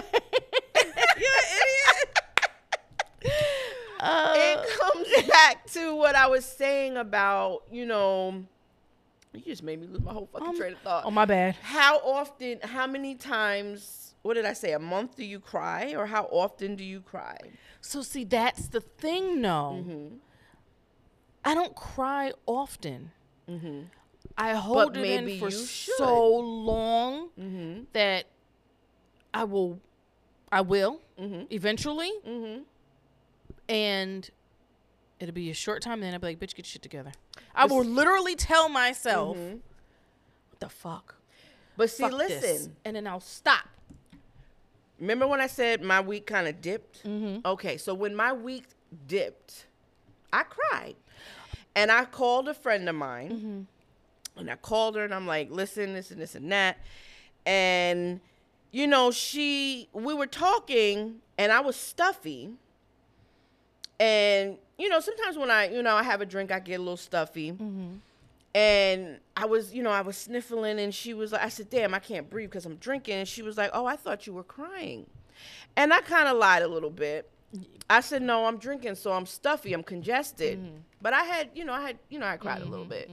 Speaker 1: idiot.
Speaker 2: Uh,
Speaker 1: it comes back to what I was saying about, you know, you just made me lose my whole fucking
Speaker 2: um,
Speaker 1: train of thought.
Speaker 2: oh my bad.
Speaker 1: how often, how many times, what did I say, a month do you cry or how often do you cry?
Speaker 2: So see, that's the thing, though.
Speaker 1: Mm-hmm.
Speaker 2: I don't cry often. I hold it
Speaker 1: Mm-hmm. maybe
Speaker 2: in for
Speaker 1: you should. Mm-hmm.
Speaker 2: so long that I will, I will
Speaker 1: Mm-hmm.
Speaker 2: eventually, and it'll be a short time. Then I'll be like, "Bitch, get your shit together." I will literally tell myself, "What the fuck?"
Speaker 1: But Mm-hmm. see,
Speaker 2: Fuck
Speaker 1: listen,
Speaker 2: this," and then I'll stop.
Speaker 1: remember when I said my week kind of dipped? Okay, so when my week dipped, I cried. And I called a friend of mine. And I called her and I'm like, listen, this and this and that. And, you know, she, we were talking and I was stuffy. And, you know, sometimes when I, you know, I have a drink, I get a little stuffy. And I was, you know, I was sniffling and she was like, I said, damn, I can't breathe because I'm drinking. And she was like, oh, I thought you were crying. And I kind of lied a little bit. I said, no, I'm drinking, so I'm stuffy, I'm congested.
Speaker 2: Mm-hmm.
Speaker 1: But I had, you know, I had, you know, I cried a little bit.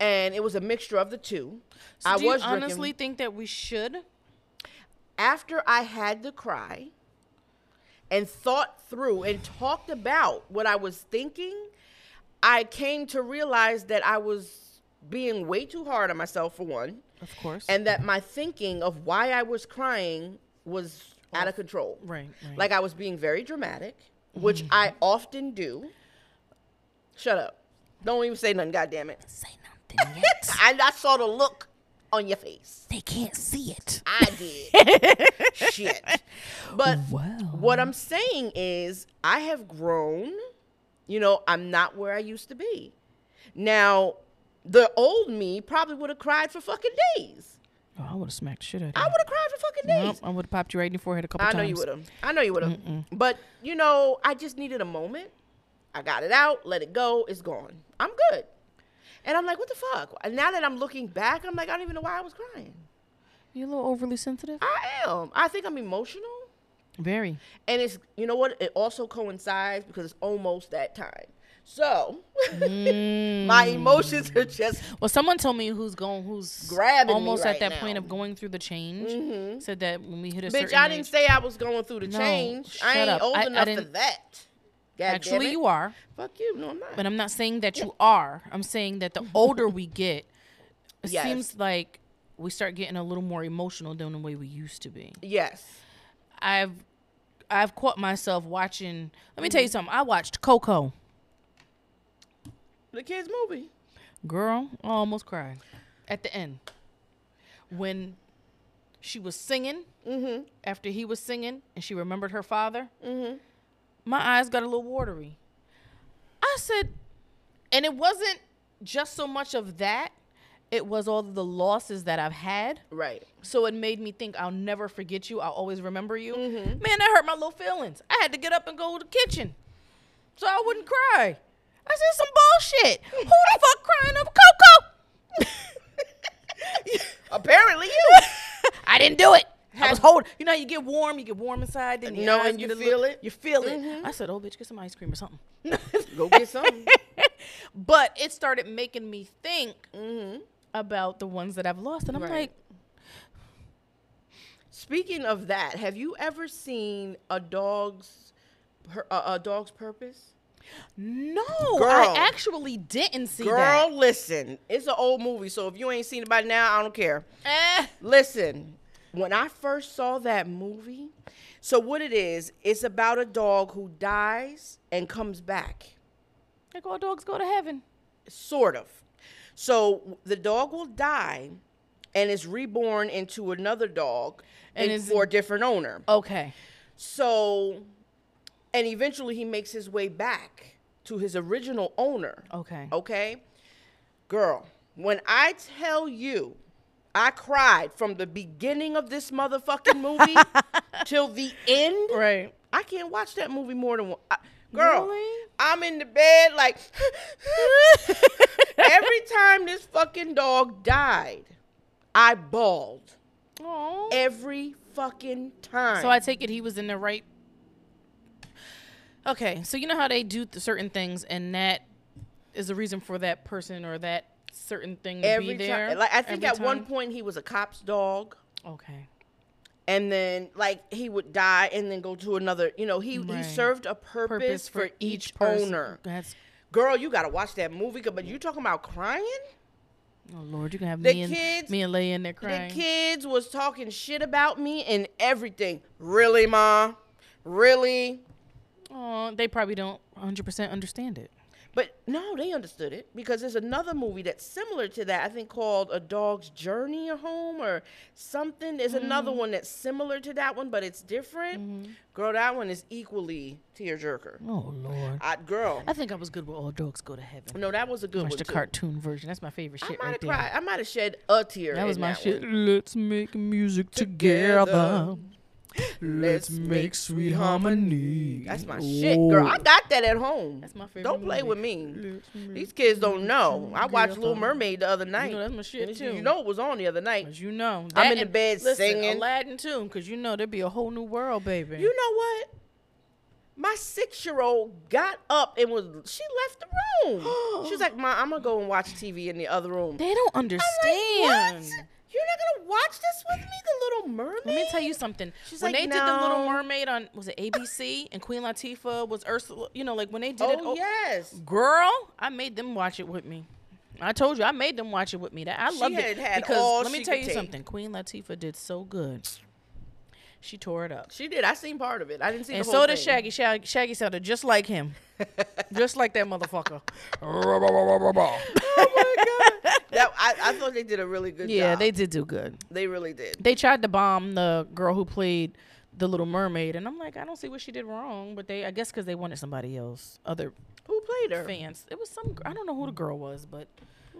Speaker 1: And it was a mixture of the two.
Speaker 2: So
Speaker 1: I
Speaker 2: do you
Speaker 1: was drinking-
Speaker 2: honestly think that we should?
Speaker 1: after I had the cry and thought through and talked about what I was thinking, I came to realize that I was being way too hard on myself for one,
Speaker 2: Of course.
Speaker 1: and that my thinking of why I was crying was out of control.
Speaker 2: right, right. Mm-hmm.
Speaker 1: Like I was being very dramatic, which I often do. Shut up. Don't even say nothing, goddamn it.
Speaker 2: say nothing yet.
Speaker 1: I, I saw the look on your face.
Speaker 2: they can't see it.
Speaker 1: I did. Shit. But
Speaker 2: Wow.
Speaker 1: what I'm saying is, I have grown. You know, I'm not where I used to be. Now, the old me probably would have cried for fucking days.
Speaker 2: Oh, I would have smacked shit out
Speaker 1: I would have cried for fucking days.
Speaker 2: I would have popped you right in your forehead a couple
Speaker 1: I
Speaker 2: times.
Speaker 1: know you would have. I know you would have. But you know, I just needed a moment. I got it out, let it go. It's gone. I'm good. And I'm like, what the fuck? And now that I'm looking back, I'm like, I don't even know why I was crying.
Speaker 2: You a little overly sensitive?
Speaker 1: I am. I think I'm emotional.
Speaker 2: Very.
Speaker 1: And it's you know what? It also coincides because it's almost that time. So my
Speaker 2: Mm.
Speaker 1: emotions are just
Speaker 2: Well, someone told me who's going, who's
Speaker 1: Grabbing me
Speaker 2: almost
Speaker 1: right
Speaker 2: at that
Speaker 1: now. Mm-hmm.
Speaker 2: point of going through the change. Said that when we hit a
Speaker 1: bitch.
Speaker 2: certain
Speaker 1: I didn't
Speaker 2: age-
Speaker 1: say I was going through the
Speaker 2: No,
Speaker 1: change. I
Speaker 2: shut
Speaker 1: ain't
Speaker 2: up.
Speaker 1: old
Speaker 2: I- I
Speaker 1: enough for
Speaker 2: didn't-
Speaker 1: that. God
Speaker 2: Actually, you are,
Speaker 1: Fuck you. No, I'm not.
Speaker 2: but I'm not saying that you are. I'm saying that the older we get, it
Speaker 1: Yes.
Speaker 2: seems like we start getting a little more emotional than the way we used to be.
Speaker 1: yes.
Speaker 2: I've I've caught myself watching. Let me tell
Speaker 1: Mm-hmm.
Speaker 2: you something. I watched Coco.
Speaker 1: The kids movie.
Speaker 2: Girl, I almost cried at the end when she was singing. After he was singing, and she remembered her father. My eyes got a little watery. I said, and it wasn't just so much of that. It was all the losses that I've had.
Speaker 1: Right.
Speaker 2: So it made me think I'll never forget you. I'll always remember you.
Speaker 1: Mm-hmm.
Speaker 2: Man, that hurt my little feelings. I had to get up and go to the kitchen so I wouldn't cry. I said some bullshit. Who the fuck crying over Coco?
Speaker 1: Apparently you.
Speaker 2: I
Speaker 3: I didn't do it.
Speaker 2: I was holding. You know, how you get warm. You get warm inside. Then your
Speaker 1: No,
Speaker 2: eyes
Speaker 1: and
Speaker 2: get
Speaker 1: you
Speaker 2: a little-
Speaker 1: feel it.
Speaker 2: You feel it.
Speaker 1: Mhm.
Speaker 2: I said, "Oh, bitch, get some ice cream or something."
Speaker 1: Go get some.
Speaker 2: but it started making me think
Speaker 1: hmm
Speaker 2: about the ones that I've lost, and I'm
Speaker 1: Right.
Speaker 2: like,
Speaker 1: Speaking of that, have you ever seen a dog's her, a, a dog's purpose?
Speaker 2: "No, I
Speaker 1: Girl.
Speaker 2: actually didn't see
Speaker 1: Girl,
Speaker 2: that."
Speaker 1: listen, it's an old movie, so if you ain't seen it by now, I don't care.
Speaker 2: Eh.
Speaker 1: Listen, when I first saw that movie, so what it is, it's about a dog who dies and comes back.
Speaker 2: Like all dogs go to heaven.
Speaker 1: sort of. So the dog will die and is reborn into another dog
Speaker 2: And
Speaker 1: and,
Speaker 2: is-
Speaker 1: for a different owner.
Speaker 2: Okay.
Speaker 1: So and eventually he makes his way back to his original owner.
Speaker 2: Okay.
Speaker 1: Okay? Girl, when I tell you I cried from the beginning of this motherfucking movie till the end.
Speaker 2: Right.
Speaker 1: I can't watch that movie more than one. I, girl,
Speaker 2: Really?
Speaker 1: I'm in the bed like every time this fucking dog died, I bawled
Speaker 2: Aw.
Speaker 1: every fucking time.
Speaker 2: So I take it he was in the right. Okay, so you know how they do th- certain things, and that is the reason for that person or that certain thing to
Speaker 1: every
Speaker 2: be there.
Speaker 1: time, like I think
Speaker 2: every
Speaker 1: at one
Speaker 2: time?
Speaker 1: point he was a cop's dog,
Speaker 2: Okay.
Speaker 1: and then like he would die and then go to another. You know, he he
Speaker 2: Right.
Speaker 1: served a purpose,
Speaker 2: Purpose
Speaker 1: for, each,
Speaker 2: person.
Speaker 1: owner.
Speaker 2: That's
Speaker 1: Girl, you gotta watch that movie, 'cause- but you talking about crying?
Speaker 2: oh Lord, you can have
Speaker 1: The
Speaker 2: me and
Speaker 1: kids-
Speaker 2: me and Leia in there crying.
Speaker 1: The kids was talking shit about me and everything. Really, ma? Really?
Speaker 2: Aw, they probably don't 100 percent understand it.
Speaker 1: But no, they understood it because there's another movie that's similar to that. I think called A Dog's Journey Home or something. There's another
Speaker 2: Mm-hmm.
Speaker 1: one that's similar to that one, but it's different. Girl, that one is equally tearjerker.
Speaker 2: Oh Lord,
Speaker 1: I, girl,
Speaker 2: I think I was good with all dogs go to heaven.
Speaker 1: no, that was a good
Speaker 2: Watch
Speaker 1: one
Speaker 2: the
Speaker 1: too.
Speaker 2: cartoon version. That's my favorite
Speaker 1: I
Speaker 2: shit
Speaker 1: might
Speaker 2: right
Speaker 1: have
Speaker 2: there.
Speaker 1: cried. I might have shed a tear.
Speaker 2: That was
Speaker 1: in
Speaker 2: my
Speaker 1: that
Speaker 2: shit.
Speaker 1: one.
Speaker 2: Let's make music together.
Speaker 1: Together.
Speaker 2: Let's make sweet harmony.
Speaker 1: That's my shit, girl. I got that at home.
Speaker 2: That's my favorite
Speaker 1: Don't play
Speaker 2: movie.
Speaker 1: with me. These kids don't know. I watched Little Mermaid the other night.
Speaker 2: know that's my shit,
Speaker 1: And
Speaker 2: too.
Speaker 1: You know it was on the other night.
Speaker 2: As you know,
Speaker 1: I'm
Speaker 2: that
Speaker 1: in the
Speaker 2: and-
Speaker 1: bed
Speaker 2: listen,
Speaker 1: singing.
Speaker 2: Aladdin too, because you know there'd be a whole new world, baby.
Speaker 1: You know what? My six year old got up and was she left the room. she was like, "Ma, I'm gonna go and watch TV in the other room."
Speaker 2: they don't
Speaker 1: I'm like,
Speaker 2: understand.
Speaker 1: what? You're not gonna watch this with me, The Little Mermaid?
Speaker 2: Let me tell you something.
Speaker 1: She's
Speaker 2: when
Speaker 1: like,
Speaker 2: they did the Little
Speaker 1: "No."
Speaker 2: Mermaid on was it ABC and Queen Latifah was Ursula, you know, like when they did it.
Speaker 1: Oh yes.
Speaker 2: Girl, I made them watch it with me. I told you, I made them watch it with me. That I
Speaker 1: She
Speaker 2: loved it
Speaker 1: had had
Speaker 2: because
Speaker 1: all
Speaker 2: let me
Speaker 1: she
Speaker 2: tell
Speaker 1: could
Speaker 2: you
Speaker 1: take.
Speaker 2: something. Queen Latifah did so good. She tore it up,
Speaker 1: She did. I seen part of it. I didn't see
Speaker 2: and
Speaker 1: the
Speaker 2: so
Speaker 1: whole
Speaker 2: did
Speaker 1: thing.
Speaker 2: Shaggy. Shaggy, Shaggy sounded just like him, just like that motherfucker.
Speaker 1: Oh, That I, I thought they did a really good
Speaker 2: Oh Yeah,
Speaker 1: job.
Speaker 2: they did do good.
Speaker 1: they really did.
Speaker 2: They tried to bomb the girl who played the Little Mermaid, and I'm like, I don't see what she did wrong, but they, I guess, because they wanted somebody else, other
Speaker 1: Who played her?
Speaker 2: fans. It was some. gr- I don't know who the girl was, but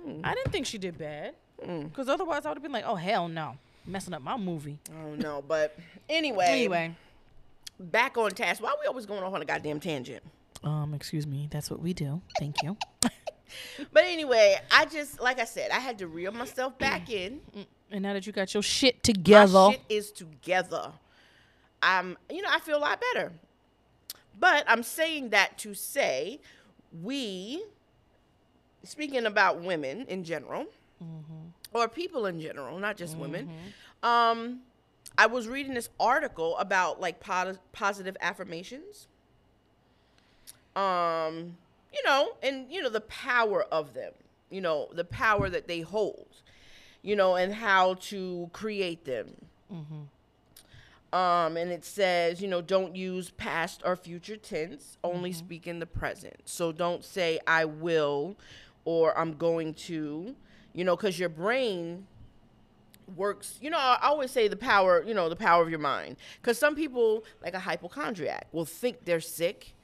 Speaker 1: Hmm.
Speaker 2: I didn't think she did bad. Because otherwise, I would have been like, oh hell no, messing up my movie.
Speaker 1: I don't know, but anyway,
Speaker 2: Anyway,
Speaker 1: back on task. Why we always going off on a goddamn tangent?
Speaker 2: um, excuse me, that's what we do. Thank you.
Speaker 1: But anyway, I just like I said, I had to reel myself back in.
Speaker 2: and now that you got your shit
Speaker 1: My
Speaker 2: together,
Speaker 1: shit is together. I'm, you know, I feel a lot better. But I'm saying that to say, we, speaking about women in general, or people in general, not just women. Um, I was reading this article about like pos- positive affirmations. Um, you know, and you know the power of them. You know the power that they hold. You know, and how to create them. Um, and it says, you know, don't use past or future tense, only speak in the present. So don't say, I will or I'm going to, you know, because your brain works. You know, I always say the power, you know, the power of your mind. Because some people, like a hypochondriac, will think they're sick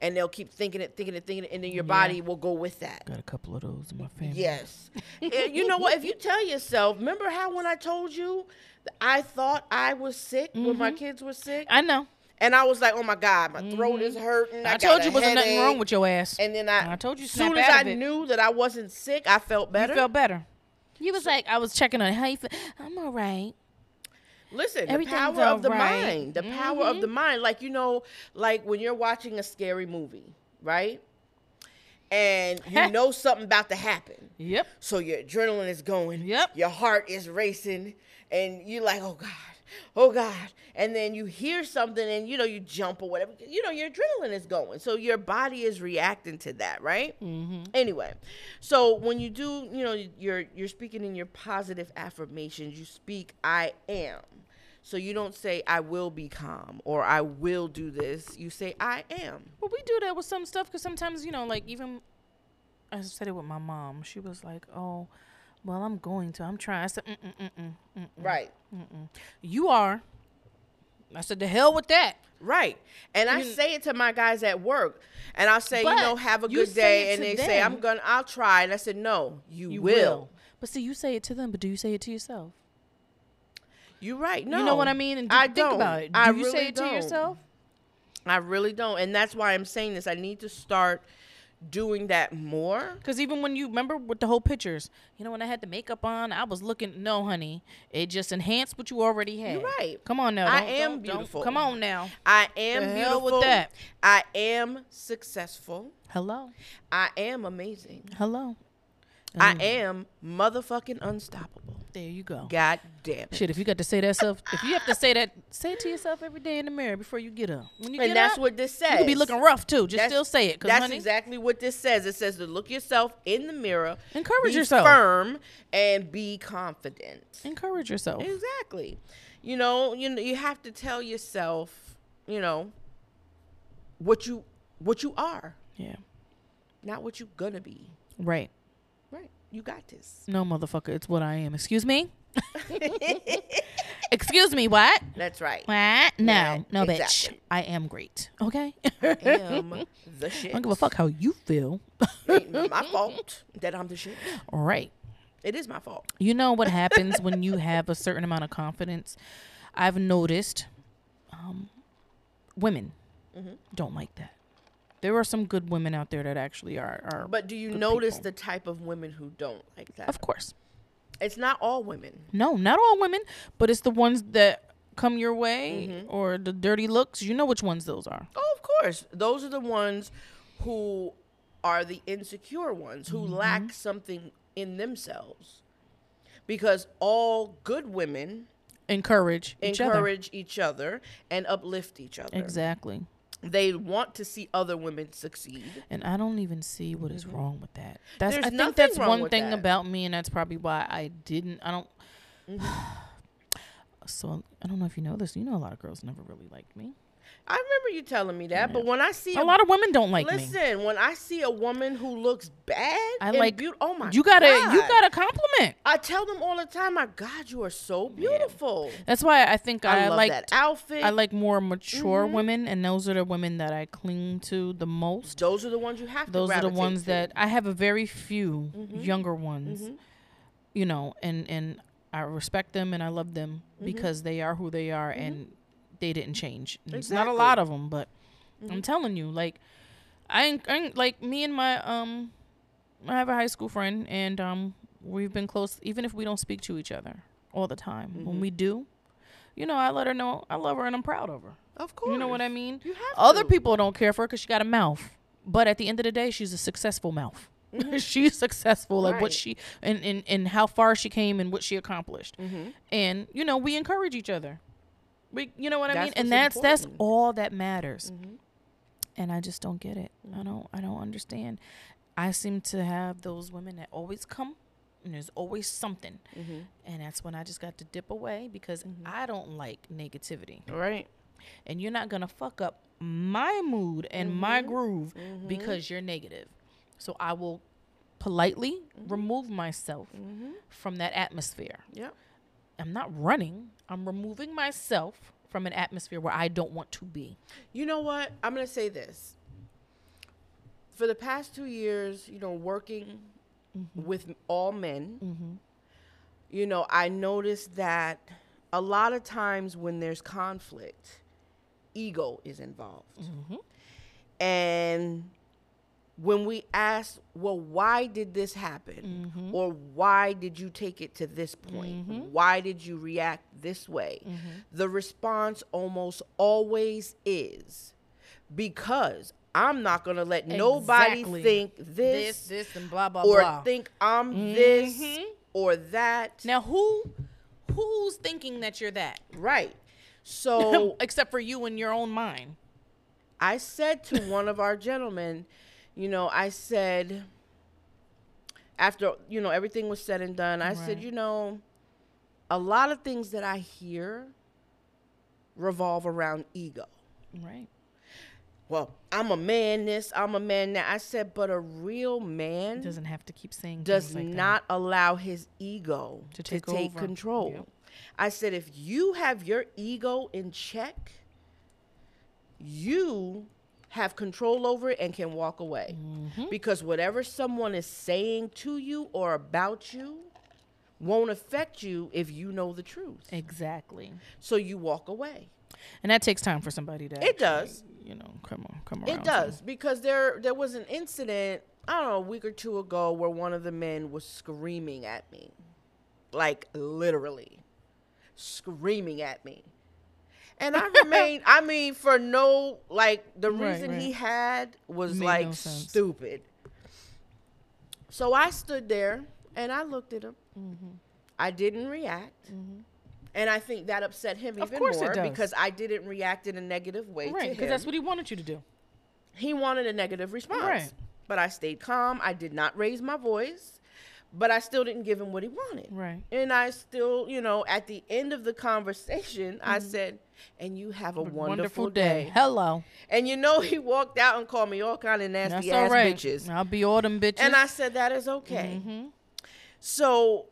Speaker 1: and they'll keep thinking it, thinking it, thinking it, and then your body will go with that.
Speaker 2: got a couple of those in my family.
Speaker 1: Yes. And you know what? If you tell yourself, remember how when I told you that I thought I was sick when
Speaker 2: Mm-hmm.
Speaker 1: my kids were sick?
Speaker 2: I know.
Speaker 1: And I was like, oh my God, my throat is hurting. I,
Speaker 2: Mm-hmm. I, told
Speaker 1: got
Speaker 2: you
Speaker 1: a
Speaker 2: wasn't nothing wrong
Speaker 1: headache."
Speaker 2: with your ass.
Speaker 1: And then I,
Speaker 2: I told you,
Speaker 1: as
Speaker 2: snap
Speaker 1: soon as
Speaker 2: out
Speaker 1: I
Speaker 2: of it.
Speaker 1: knew that I wasn't sick, I felt better.
Speaker 2: You felt better. You was like, I was checking on how you feel. I'm all right.
Speaker 1: Listen, the
Speaker 2: Everything's
Speaker 1: power
Speaker 2: all
Speaker 1: of the
Speaker 2: right. Mm-hmm.
Speaker 1: mind. The power of the mind. Like you know, like when you're watching a scary movie, right? And you know something about to happen.
Speaker 2: Yep.
Speaker 1: So your adrenaline is going.
Speaker 2: Yep.
Speaker 1: Your heart is racing, and you're like, oh God, oh God. And then you hear something, and you know you jump or whatever. You know your adrenaline is going, so your body is reacting to that, right? Mm-hmm. Anyway, so when you do, you know you're you're speaking in your positive affirmations. You speak, I am. So you don't say I will be calm or I will do this. You say I am.
Speaker 2: Well, we do that with some stuff because sometimes, you know, like even I said it with my mom. She was like, "Oh, well, I'm going to. I'm trying." I said, mm mm mm mm mm.
Speaker 1: Right.
Speaker 2: "You are." I said, "The hell with that."
Speaker 1: Right. And I say it to my guys at work. And I'll say, you
Speaker 2: But
Speaker 1: know, have a
Speaker 2: you
Speaker 1: good
Speaker 2: say
Speaker 1: day.
Speaker 2: it
Speaker 1: And they
Speaker 2: to
Speaker 1: say, I'm
Speaker 2: them.
Speaker 1: going to, I'll try. And I said, no, you,
Speaker 2: You
Speaker 1: will.
Speaker 2: But see, you say it to them, but do you say it to yourself?
Speaker 1: You're right. No.
Speaker 2: You know what I mean? And do,
Speaker 1: I
Speaker 2: think
Speaker 1: don't.
Speaker 2: about it. Do
Speaker 1: I
Speaker 2: you
Speaker 1: really
Speaker 2: say it
Speaker 1: don't.
Speaker 2: to yourself?
Speaker 1: I really don't. And that's why I'm saying this. I need to start doing that more.
Speaker 2: Because even when you remember with the whole pictures, you know, when I had the makeup on, I was looking. No, honey, it just enhanced what you already had.
Speaker 1: You're right.
Speaker 2: Come on now.
Speaker 1: I
Speaker 2: don't-
Speaker 1: am
Speaker 2: don't- don't-
Speaker 1: beautiful.
Speaker 2: Come on now.
Speaker 1: I am
Speaker 2: The hell
Speaker 1: beautiful.
Speaker 2: with that.
Speaker 1: I am successful.
Speaker 2: Hello.
Speaker 1: I am amazing.
Speaker 2: Hello.
Speaker 1: I
Speaker 2: Mm.
Speaker 1: am motherfucking unstoppable.
Speaker 2: There you go.
Speaker 1: God damn it.
Speaker 2: Shit, if you got to say that self, if you have to say that, say it to yourself every day in the mirror before you get up. When you
Speaker 1: And
Speaker 2: get
Speaker 1: that's
Speaker 2: up,
Speaker 1: what this says.
Speaker 2: you could be looking rough too. Just
Speaker 1: That's-
Speaker 2: still say it, cause
Speaker 1: that's
Speaker 2: honey,
Speaker 1: exactly what this says. It says to look yourself in the mirror,
Speaker 2: Encourage
Speaker 1: be
Speaker 2: yourself.
Speaker 1: firm, and be confident.
Speaker 2: encourage yourself.
Speaker 1: Exactly. You know, you know, you have to tell yourself, you know, what you what you are,
Speaker 2: Yeah,
Speaker 1: not what you gonna be.
Speaker 2: right.
Speaker 1: Right? You got this.
Speaker 2: No, motherfucker, it's what I am. Excuse me. Excuse me. What?
Speaker 1: That's right.
Speaker 2: What? No,
Speaker 1: Yeah,
Speaker 2: no, bitch.
Speaker 1: exactly.
Speaker 2: I am great. Okay.
Speaker 1: I am the shit.
Speaker 2: I don't give a fuck how you feel.
Speaker 1: Ain't my fault that I'm the shit.
Speaker 2: All right.
Speaker 1: It is my fault.
Speaker 2: You know what happens when you have a certain amount of confidence? I've noticed um, women
Speaker 1: Mm-hmm.
Speaker 2: don't like that. There are some good women out there that actually are. are
Speaker 1: But do you
Speaker 2: good
Speaker 1: notice
Speaker 2: people.
Speaker 1: the type of women who don't like that?
Speaker 2: Of course.
Speaker 1: It's not all women.
Speaker 2: No, not all women, but it's the ones that come your way
Speaker 1: Mm-hmm.
Speaker 2: or the dirty looks. You know which ones those are.
Speaker 1: Oh, of course. Those are the ones who are the insecure ones who
Speaker 2: Mm-hmm.
Speaker 1: lack something in themselves. Because all good women
Speaker 2: Encourage. Each Other.
Speaker 1: encourage each other and uplift each other.
Speaker 2: Exactly.
Speaker 1: They want to see other women succeed.
Speaker 2: And I don't even see what is wrong with that.
Speaker 1: Mm-hmm.
Speaker 2: That's
Speaker 1: There's
Speaker 2: I think
Speaker 1: nothing
Speaker 2: that's
Speaker 1: wrong
Speaker 2: one
Speaker 1: with
Speaker 2: thing
Speaker 1: that.
Speaker 2: about me, and that's probably why I didn't. I don't.
Speaker 1: Mm-hmm.
Speaker 2: so I don't know if you know this. You know, a lot of girls never really liked me.
Speaker 1: I remember you telling me that, but when I see
Speaker 2: A lot of women don't like me.
Speaker 1: listen, when I see a woman who looks bad,
Speaker 2: I
Speaker 1: and
Speaker 2: like
Speaker 1: beaut- oh my,
Speaker 2: You gotta, you
Speaker 1: God.
Speaker 2: gotta compliment.
Speaker 1: I tell them all the time, my God, you are so beautiful.
Speaker 2: That's why I think
Speaker 1: I,
Speaker 2: I,
Speaker 1: love
Speaker 2: like
Speaker 1: that Mm-hmm. outfit.
Speaker 2: I like more mature women, and those are the women that I cling to the most.
Speaker 1: Those are the ones you have
Speaker 2: Those
Speaker 1: to
Speaker 2: are the
Speaker 1: gravitate
Speaker 2: ones
Speaker 1: to. Mm-hmm.
Speaker 2: that I have a very few younger ones, you know, and and I respect them and I love them because they are who they are and they didn't change. And It's not a
Speaker 1: Exactly.
Speaker 2: lot of them, but I'm telling you, like I, ain't- I ain't- like me and my um, I have a high school friend and um, we've been close even if we don't speak to each other all the time. When we do, you know, I let her know I love her and I'm proud of her.
Speaker 1: Of course.
Speaker 2: You know what I mean?
Speaker 1: You have
Speaker 2: Other
Speaker 1: to.
Speaker 2: people don't care for her because she got a mouth. But at the end of the day, she's a successful mouth. she's successful at
Speaker 1: Mm-hmm. Right.
Speaker 2: what she and, and and how far she came and what she accomplished.
Speaker 1: Mm. Mm-hmm.
Speaker 2: And you know, we encourage each other. We, you know what I
Speaker 1: That's
Speaker 2: mean? And that's
Speaker 1: what's
Speaker 2: that's
Speaker 1: important. Mm.
Speaker 2: all that matters.
Speaker 1: Mm-hmm.
Speaker 2: And I just don't get it. I don't I don't understand. I seem to have those women that always come and there's always something.
Speaker 1: Mm. Mm-hmm.
Speaker 2: And that's when I just got to dip away because I don't like negativity
Speaker 1: Right.
Speaker 2: and you're not gonna fuck up my mood and my groove because you're negative. So I will politely remove myself from that atmosphere.
Speaker 1: Yep.
Speaker 2: I'm not running. I'm removing myself from an atmosphere where I don't want to be.
Speaker 1: You know what? I'm going to say this. For the past two years, you know, working
Speaker 2: Mm-hmm.
Speaker 1: with all men, you know, I noticed that a lot of times when there's
Speaker 2: Mm-hmm.
Speaker 1: conflict, ego is involved. And when we ask, well, why did this happen?
Speaker 2: Mm-hmm.
Speaker 1: Or why did you take it to this point? Why did you react this way?
Speaker 2: Mm-hmm.
Speaker 1: The response almost always is because I'm not going to let nobody
Speaker 2: Exactly.
Speaker 1: think
Speaker 2: This,
Speaker 1: this,
Speaker 2: this, and blah blah
Speaker 1: or
Speaker 2: blah. Mm-hmm.
Speaker 1: think I'm this or that.
Speaker 2: now who, who's thinking that you're that?
Speaker 1: right. So
Speaker 2: Except for you in your own mind.
Speaker 1: I said to one of our gentlemen, you know, I said, after, you know, everything was said and done, I
Speaker 2: Right.
Speaker 1: said, you know, a lot of things that I hear revolve around ego.
Speaker 2: Right.
Speaker 1: Well, I'm a man this, I'm a man that. I said, but a real man
Speaker 2: Doesn't have to keep saying.
Speaker 1: does
Speaker 2: things like that.
Speaker 1: not allow his ego
Speaker 2: To
Speaker 1: to
Speaker 2: take
Speaker 1: take,
Speaker 2: over.
Speaker 1: control.
Speaker 2: Yep.
Speaker 1: I said, if you have your ego in check, you have control over it and can walk away.
Speaker 2: Mm-hmm.
Speaker 1: Because whatever someone is saying to you or about you won't affect you if you know the truth.
Speaker 2: Exactly.
Speaker 1: So you walk away.
Speaker 2: And that takes time for somebody to.
Speaker 1: It does.
Speaker 2: You know, come on, come on.
Speaker 1: It does because there there was an incident I don't know a week or two ago where one of the men was screaming at me, like literally screaming at me, and I remained. I mean, for no like the
Speaker 2: Right,
Speaker 1: reason
Speaker 2: right.
Speaker 1: he had was
Speaker 2: Made
Speaker 1: like
Speaker 2: no sense.
Speaker 1: stupid. So I stood there and I looked at him.
Speaker 2: Mm-hmm.
Speaker 1: I didn't react. And I think that upset him even
Speaker 2: Of course it
Speaker 1: more
Speaker 2: does.
Speaker 1: because I didn't react in a negative way to
Speaker 2: Right,
Speaker 1: him
Speaker 2: because that's what he wanted you to do.
Speaker 1: he wanted a negative response.
Speaker 2: Right.
Speaker 1: But I stayed calm. I did not raise my voice, but I still didn't give him what he wanted.
Speaker 2: Right.
Speaker 1: And I still, you know, at the end of the conversation, I
Speaker 2: Mm-hmm.
Speaker 1: said, and you have a wonderful, day.
Speaker 2: Hello.
Speaker 1: And you know, he walked out and called me all kind of nasty
Speaker 2: That's all
Speaker 1: ass
Speaker 2: right.
Speaker 1: bitches.
Speaker 2: I'll be all them bitches.
Speaker 1: And I said, that is okay. So,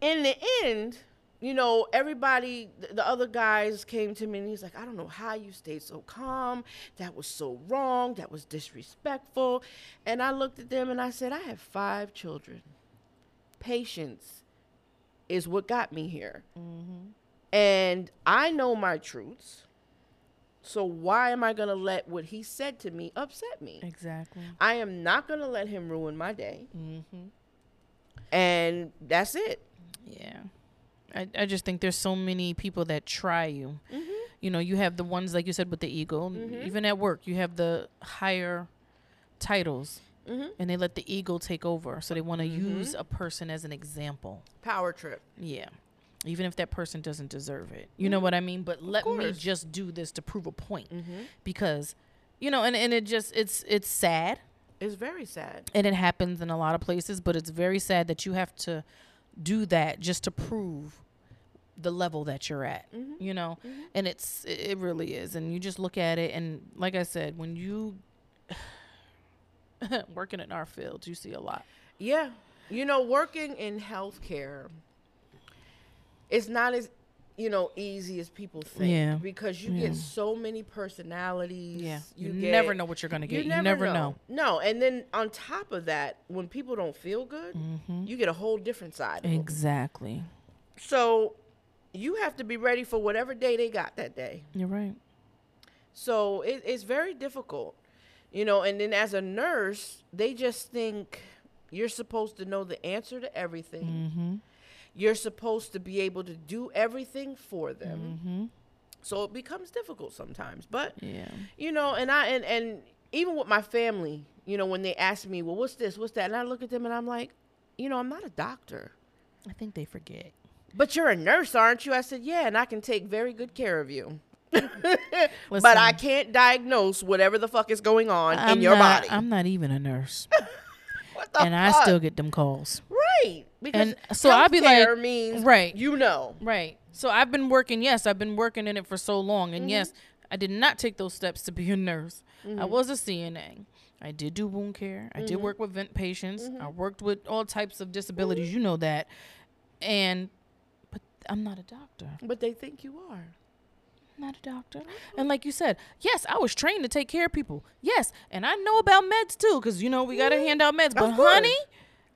Speaker 1: in the end, you know, everybody, th- the other guys came to me and he's like, I don't know how you stayed so calm. That was so wrong. That was disrespectful. And I looked at them and I said, I have five children. Patience is what got me here. And I know my truths. So, why am I going to let what he said to me upset me?
Speaker 2: exactly.
Speaker 1: I am not going to let him ruin my day.
Speaker 2: Mm-hmm.
Speaker 1: And that's it.
Speaker 2: Yeah. I, I just think there's so many people that try you.
Speaker 1: Mm-hmm.
Speaker 2: You know, you have the ones like you said with the ego. Even at work, you have the higher titles,
Speaker 1: Mm-hmm.
Speaker 2: and they let the ego take over. So they want to use a person as an example.
Speaker 1: Power trip.
Speaker 2: Yeah. Even if that person doesn't deserve it. You know what I mean? But let me
Speaker 1: course.
Speaker 2: just do this to prove a point. Because, you know, and, and it just it's it's sad
Speaker 1: It's very sad.
Speaker 2: and it happens in a lot of places, but it's very sad that you have to do that just to prove the level that you're at. You know? And it's it it really is. And you just look at it and like I said, when you working in our field, you see a lot.
Speaker 1: Yeah. You know, working in healthcare is not as, you know, easy as people think.
Speaker 2: Yeah.
Speaker 1: Because you
Speaker 2: Yeah.
Speaker 1: get so many personalities.
Speaker 2: Yeah. You,
Speaker 1: get-
Speaker 2: never know what you're gonna get. You never, know.
Speaker 1: No, and then on top of that, when people don't feel good,
Speaker 2: Mm-hmm.
Speaker 1: you get a whole different side. Of 'em.
Speaker 2: Exactly.
Speaker 1: So you have to be ready for whatever day they got that day.
Speaker 2: You're right.
Speaker 1: So it, it's very difficult, you know. And then as a nurse, they just think you're supposed to know the answer to everything.
Speaker 2: Mm. Mm-hmm.
Speaker 1: You're supposed to be able to do everything for them. So it becomes difficult sometimes. But
Speaker 2: Yeah.
Speaker 1: you know, and I and and even with my family, you know, when they ask me, well, what's this, what's that, and I look at them and I'm like, you know, I'm not a doctor.
Speaker 2: I think they forget.
Speaker 1: But you're a nurse, aren't you? I said, Yeah, and I can take very good care of you. but
Speaker 2: Listen.
Speaker 1: I can't diagnose whatever the fuck is going on in your
Speaker 2: not,
Speaker 1: body.
Speaker 2: I'm not even a nurse,
Speaker 1: what the
Speaker 2: and I
Speaker 1: fuck?
Speaker 2: still get them calls.
Speaker 1: right because
Speaker 2: And so I'd be
Speaker 1: healthcare
Speaker 2: like,
Speaker 1: means
Speaker 2: right.
Speaker 1: you know,
Speaker 2: Right. So I've been working. Yes, I've been working in it for so long,
Speaker 1: Mm-hmm.
Speaker 2: and yes, I did not take those steps to be a nurse. I was a CNA. I did do wound care. I
Speaker 1: Mm-hmm.
Speaker 2: did work with vent patients. I worked with all types of disabilities. You know that, and but I'm not a doctor.
Speaker 1: but they think you are.
Speaker 2: not a doctor. And like you said, yes, I was trained to take care Mm-hmm. of people. Yes, and I know about meds too, because you know we gotta hand out meds. But
Speaker 1: course.
Speaker 2: honey,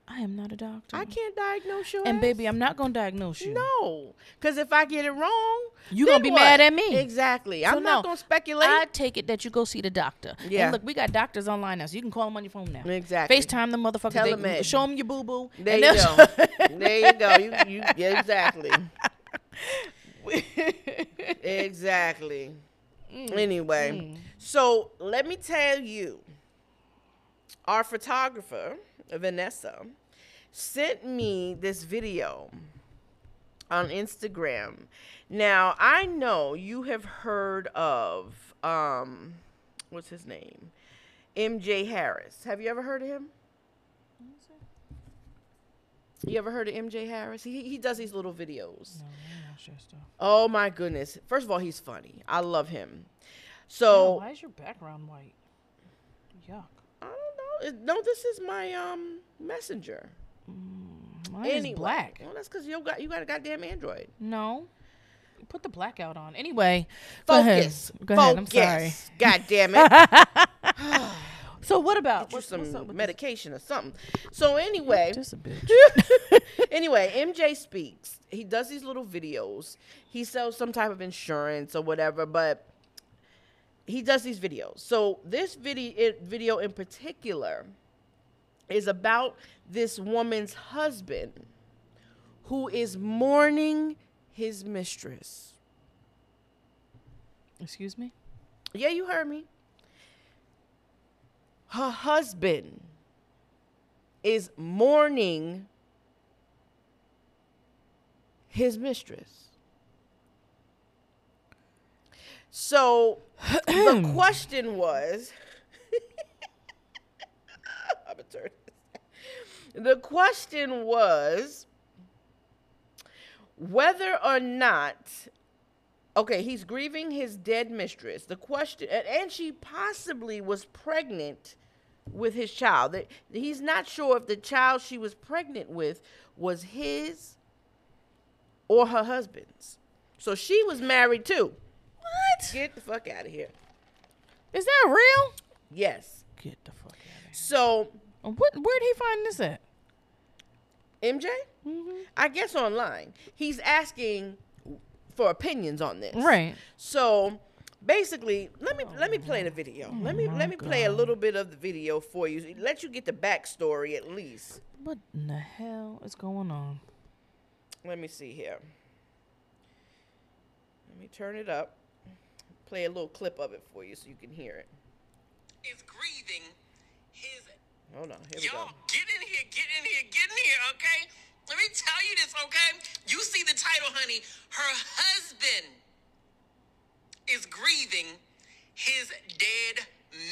Speaker 2: I am not a doctor.
Speaker 1: I can't diagnose your
Speaker 2: and
Speaker 1: ass.
Speaker 2: baby, I'm not gonna diagnose you.
Speaker 1: No, because if I get it wrong,
Speaker 2: You
Speaker 1: then
Speaker 2: gonna be mad
Speaker 1: what?
Speaker 2: at me.
Speaker 1: Exactly.
Speaker 2: So
Speaker 1: I'm not
Speaker 2: no,
Speaker 1: gonna speculate.
Speaker 2: I take it that you go see the doctor. Yeah.
Speaker 1: Yeah.
Speaker 2: And look, we got doctors online now, so you can call them on your phone now.
Speaker 1: exactly.
Speaker 2: FaceTime the motherfucker. They,
Speaker 1: Telemed.
Speaker 2: show them your boo boo.
Speaker 1: There you go. there you go. You, you yeah, exactly. exactly. Mm, Anyway, so let me tell you, our photographer Vanessa sent me this video on Instagram. Now I know you have heard of um, what's his name, MJ Harris. Have you ever heard of him? You ever heard of MJ Harris? He he does these little videos. Oh my goodness. First of all, he's funny. I love him. So
Speaker 2: why is your background white? Yuck.
Speaker 1: I don't know. No, this is my um messenger.
Speaker 2: Mine is
Speaker 1: Anyway.
Speaker 2: black.
Speaker 1: Well, that's because you got you got a goddamn Android.
Speaker 2: No. Put the blackout on. Anyway, go ahead.
Speaker 1: Focus.
Speaker 2: Go ahead. I'm
Speaker 1: Focus.
Speaker 2: sorry.
Speaker 1: God damn it.
Speaker 2: So what
Speaker 1: Get
Speaker 2: about
Speaker 1: you
Speaker 2: what's, what's up
Speaker 1: some
Speaker 2: with
Speaker 1: medication or something. So anyway.
Speaker 2: this? Just a bitch.
Speaker 1: anyway, MJ speaks. He does these little videos. He sells some type of insurance or whatever, but he does these videos. So this video it, video in particular is about this woman's husband who is mourning his mistress.
Speaker 2: Excuse me.
Speaker 1: Yeah, you heard me. Her husband is mourning his mistress. So the question was I'm a turd. The question was whether or not Okay, he's grieving his dead mistress. The question, and, and she possibly was pregnant with his child. That- He's not sure if the child she was pregnant with was his or her husband's. So she was married too.
Speaker 2: What?
Speaker 1: Get the fuck out of here.
Speaker 2: Is that real?
Speaker 1: Yes.
Speaker 2: Get the fuck out of
Speaker 1: So
Speaker 2: here. What? Where'd he find this at?
Speaker 1: MJ, I guess online, he's asking for opinions on this.
Speaker 2: Right.
Speaker 1: So basically, let me let me play the video. let me let me play a little bit of the video for you. Let you get the backstory at least.
Speaker 2: What in the hell is going on?
Speaker 1: Let me see here. Let me turn it up. Play a little clip of it for you so you can hear it.
Speaker 3: is grieving his.
Speaker 1: Hold on, here we go.
Speaker 3: Y'all get in here, get in here, get in here, okay? Let me tell you this, okay? You see the title, honey. Her husband is grieving his dead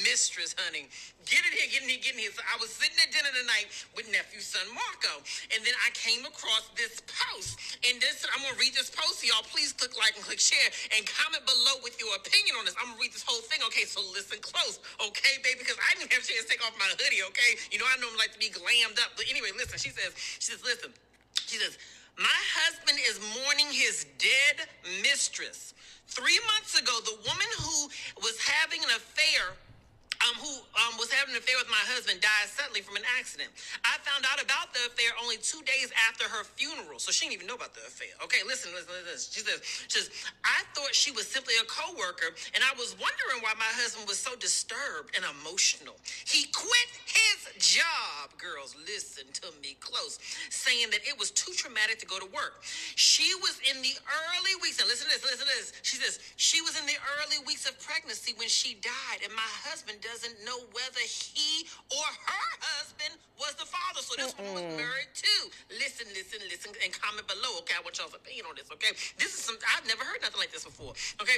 Speaker 3: mistress, honey. Get in here, get in here, get in here. So I was sitting at dinner tonight with nephew son Marco, and then I came across this post. And this, I'm gonna read this post, y'all. Please click like and click share and comment below with your opinion on this. I'm gonna read this whole thing, okay? So listen close, okay, baby? Because I didn't have a chance to take off my hoodie, okay? You know, I normally like to be glammed up, but anyway, listen. She says, she says, listen. She says, my husband is mourning his dead mistress. Three months ago, the woman who was having an affair, um, who um, was having an affair with my husband, died suddenly from an accident. I found out about the affair only two days after her funeral, so she didn't even know about the affair. Okay, listen, listen, listen. She says, she says, I thought she was simply a coworker, and I was wondering why my husband was so disturbed and emotional. He quit his job, girls. Listen to me close, saying that it was too traumatic to go to work. She was in the early weeks, and listen to this, listen to this. She says, She was in the early weeks of pregnancy when she died, and my husband doesn't know whether he or her husband was the father. So this woman was married too. Listen, listen, listen, and comment below, okay? I want y'all's opinion on this, okay? This is some, I've never heard nothing like this before, okay?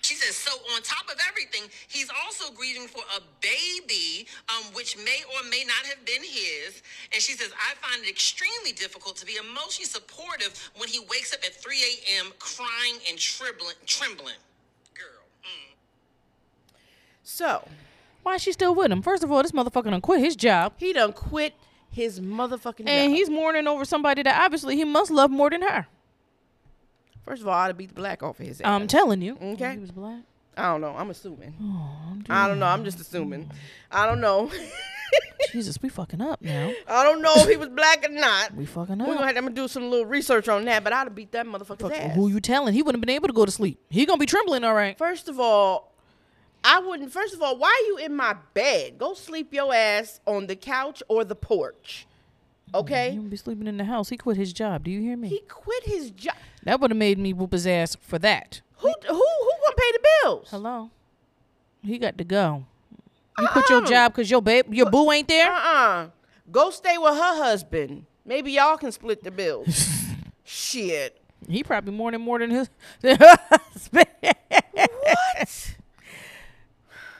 Speaker 3: She says, so on top of everything, he's also grieving for a baby, um, which may or may not have been his. And she says, I find it extremely difficult to be emotionally supportive when he wakes up at 3 a.m. crying and trembling. trembling. Girl. mm.
Speaker 1: So
Speaker 2: Why is she still with him? First of all, this motherfucker done quit his job,
Speaker 1: he done quit his motherfucking
Speaker 2: and
Speaker 1: job.
Speaker 2: he's mourning over somebody that obviously he must love more than her.
Speaker 1: First of all, I'd beat the black off of his ass.
Speaker 2: I'm telling you.
Speaker 1: Okay.
Speaker 2: He was black.
Speaker 1: I
Speaker 2: Oh,
Speaker 1: don't know. I'm assuming. I don't know. I'm just assuming. I don't know.
Speaker 2: Jesus, we fucking up now.
Speaker 1: I don't know if he was black or not.
Speaker 2: We fucking up.
Speaker 1: We're gonna have to do some little research on that, but I'd have beat that motherfucker's
Speaker 2: Fuck,
Speaker 1: ass.
Speaker 2: Uh, who you telling? He wouldn't have been able to go to sleep. He gonna be trembling, all right.
Speaker 1: First of all, I wouldn't. First of all, why are you in my bed? Go sleep your ass on the couch or the porch.
Speaker 2: He
Speaker 1: Okay?
Speaker 2: gonna be sleeping in the house. He quit his job. Do you hear me?
Speaker 1: He quit his job.
Speaker 2: that would have made me whoop his ass for that.
Speaker 1: Who who who gonna pay the bills?
Speaker 2: Hello. He got to go. You quit your
Speaker 1: Uh-uh.
Speaker 2: job because your babe, your boo ain't
Speaker 1: Uh
Speaker 2: there.
Speaker 1: uh Go stay with her husband. Maybe y'all can split the bills.
Speaker 2: Uh-uh.
Speaker 1: Shit.
Speaker 2: He probably mourning more than his than her husband.
Speaker 1: What?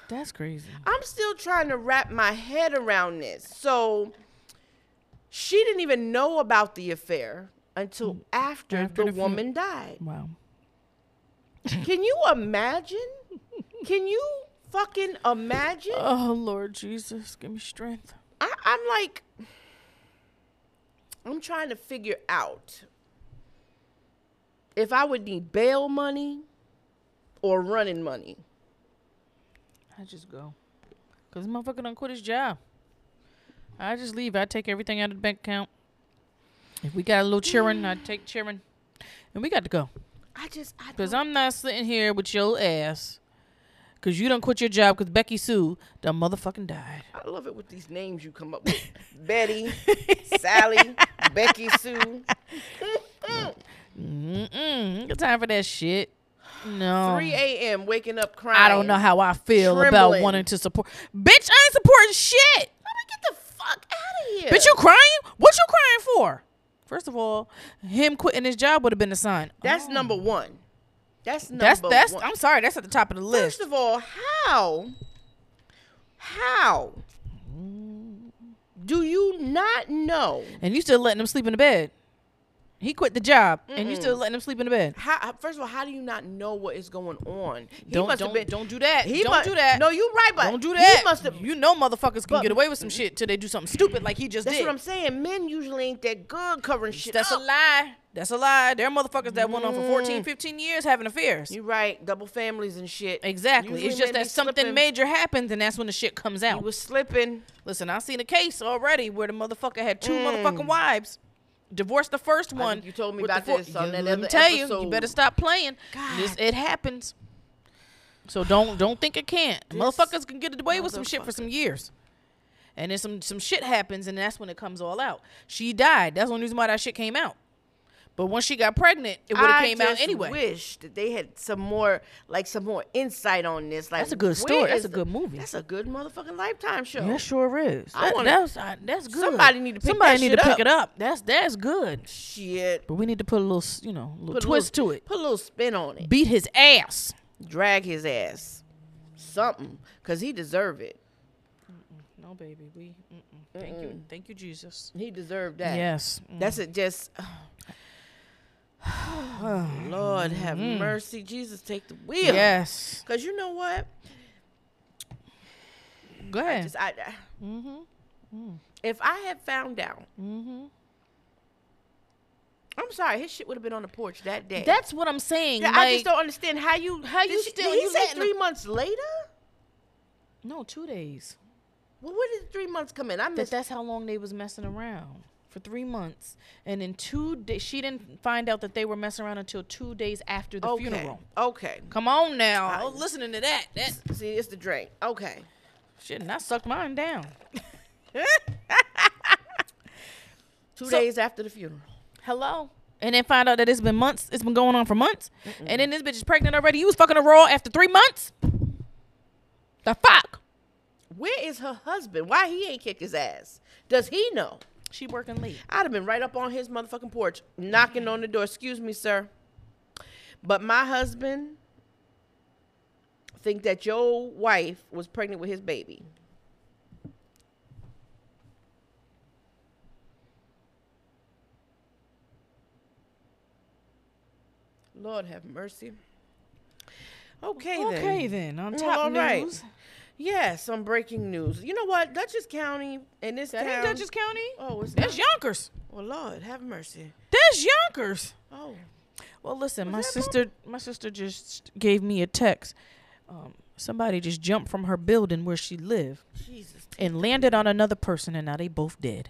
Speaker 2: That's crazy.
Speaker 1: I'm still trying to wrap my head around this. So she didn't even know about the affair until after,
Speaker 2: After
Speaker 1: the,
Speaker 2: the fu-
Speaker 1: woman died.
Speaker 2: Wow.
Speaker 1: Can you imagine? Can you fucking imagine?
Speaker 2: Oh Lord Jesus, give me strength.
Speaker 1: I, I'm like, I'm trying to figure out if I would need bail money or running money.
Speaker 2: I just go. Cause this motherfucker done quit his job. I just leave. I take everything out of the bank account. If we got a little cheering, I take cheering. And we got to go.
Speaker 1: I just, I
Speaker 2: Cause
Speaker 1: don't,
Speaker 2: I'm not sitting here with your ass. Cause you done quit your job cause Becky Sue done motherfucking died.
Speaker 1: I love it with these names you come up with: Betty, Sally, Becky Sue.
Speaker 2: Mm-mm. Ain't got time for that shit. No.
Speaker 1: 3 a.m. waking up crying.
Speaker 2: Um, I don't know how I feel about
Speaker 1: Trembling.
Speaker 2: wanting to support. Bitch, I ain't supporting shit.
Speaker 1: Let me get the fuck out of here.
Speaker 2: Bitch, you crying? What you crying for? First of all, him quitting his job would have been a sign.
Speaker 1: That's number one. That's number
Speaker 2: Oh. That's that's.
Speaker 1: one.
Speaker 2: I'm sorry. That's at the top of the list.
Speaker 1: First of all, how? How? Do you not know?
Speaker 2: and you still letting him sleep in the bed. He quit the job, and you still letting him sleep in the bed.
Speaker 1: How, first of all, how do you not know what is going on? He
Speaker 2: Don't
Speaker 1: must have
Speaker 2: don't don't do that.
Speaker 1: He
Speaker 2: don't
Speaker 1: must,
Speaker 2: do that.
Speaker 1: No, you're right, but
Speaker 2: don't do that.
Speaker 1: He must have.
Speaker 2: you know, motherfuckers can
Speaker 1: But-
Speaker 2: get away with some shit till they do something stupid like he just
Speaker 1: That's
Speaker 2: did.
Speaker 1: what I'm saying. Men usually ain't that good covering shit
Speaker 2: That's
Speaker 1: up. Mm.
Speaker 2: a lie. That's a lie. There are motherfuckers that went on for 14, 15 years having affairs.
Speaker 1: You're right. Double families and shit.
Speaker 2: exactly.
Speaker 1: Usually
Speaker 2: it's just
Speaker 1: men be
Speaker 2: that something
Speaker 1: slipping.
Speaker 2: major happens, and that's when the shit comes
Speaker 1: He
Speaker 2: out.
Speaker 1: was slipping.
Speaker 2: Listen, I seen a case already where the motherfucker had two motherfucking wives. Divorced the first one.
Speaker 1: Mm. think you told me
Speaker 2: with the
Speaker 1: about this on
Speaker 2: Yeah,
Speaker 1: that
Speaker 2: Let me
Speaker 1: other
Speaker 2: tell you, you
Speaker 1: episode.
Speaker 2: better stop playing. This,
Speaker 1: God.
Speaker 2: it happens. So don't don't think it can't. Motherfuckers can get away with some shit for some years. And then some some shit happens, and that's when it comes all out. She died. That's the only reason why that shit came out. But once she got pregnant, it would have
Speaker 1: I
Speaker 2: came out
Speaker 1: just
Speaker 2: anyway.
Speaker 1: Wish that they had some more, like some more insight on this. Like
Speaker 2: That's a good
Speaker 1: where
Speaker 2: story. That's
Speaker 1: is
Speaker 2: a
Speaker 1: the-
Speaker 2: good movie.
Speaker 1: That's a good motherfucking lifetime show.
Speaker 2: That sure is.
Speaker 1: I
Speaker 2: That-
Speaker 1: wanna-
Speaker 2: that's uh, that's good.
Speaker 1: Somebody need to pick
Speaker 2: somebody
Speaker 1: that
Speaker 2: need
Speaker 1: shit
Speaker 2: to
Speaker 1: up.
Speaker 2: pick it up. That's that's good.
Speaker 1: Shit.
Speaker 2: But we need to put a little, s- you know, a little
Speaker 1: Put a
Speaker 2: twist
Speaker 1: little-
Speaker 2: to it.
Speaker 1: Put a little spin on it.
Speaker 2: Beat his ass.
Speaker 1: Drag his ass. Something, cause he deserve it.
Speaker 2: No, baby, we. Mm-mm. Thank you, thank you, Jesus.
Speaker 1: He deserved that.
Speaker 2: Yes.
Speaker 1: That's it. Just. Lord have
Speaker 2: Mm-hmm.
Speaker 1: mercy, Jesus, take the wheel.
Speaker 2: Yes.
Speaker 1: Cause you know what?
Speaker 2: Go ahead.
Speaker 1: Just I. I-
Speaker 2: Mm-hmm. Mm.
Speaker 1: If I had found out, I'm sorry, his shit would have been on the porch that day.
Speaker 2: That's what I'm saying.
Speaker 1: Yeah, I
Speaker 2: like-
Speaker 1: just don't understand how you how
Speaker 2: you still-
Speaker 1: Did he
Speaker 2: you
Speaker 1: say
Speaker 2: letting
Speaker 1: three
Speaker 2: the-
Speaker 1: months later?
Speaker 2: no two days.
Speaker 1: Well, where did three months come in? I
Speaker 2: That
Speaker 1: missed.
Speaker 2: that's how long they was messing around for three months, and then two days she didn't find out that they were messing around until two days after the
Speaker 1: okay.
Speaker 2: funeral.
Speaker 1: Okay.
Speaker 2: Come on now. I
Speaker 1: I-
Speaker 2: was listening to that. That
Speaker 1: See, it's the drink. Okay.
Speaker 2: shit, and I sucked mine down.
Speaker 1: Two
Speaker 2: So-
Speaker 1: days after the funeral.
Speaker 2: Hello. And then find out that it's been months. It's been going on for months. And then this bitch is pregnant already. You was fucking a raw after three months. The fuck.
Speaker 1: Where is her husband? Why he ain't kick his ass? Does he know?
Speaker 2: She working late.
Speaker 1: I'd have been right up on his motherfucking porch, knocking on the door. Excuse me, sir. But my husband think that your wife was pregnant with his baby. Lord have mercy. Okay, then.
Speaker 2: Okay then. Mm, On
Speaker 1: Well,
Speaker 2: top
Speaker 1: all right.
Speaker 2: news.
Speaker 1: Yes, some breaking news. You know what? Dutchess County and this
Speaker 2: That
Speaker 1: town.
Speaker 2: ain't Dutchess County.
Speaker 1: Oh, it's
Speaker 2: That's
Speaker 1: not?
Speaker 2: Yonkers.
Speaker 1: Well, Lord, have mercy.
Speaker 2: That's Yonkers.
Speaker 1: Oh.
Speaker 2: Well, listen, my
Speaker 1: that Bob?
Speaker 2: sister, my sister just gave me a text. Um, Somebody just jumped from her building where she lived
Speaker 1: Jesus,
Speaker 2: and landed on another person, and now they both dead.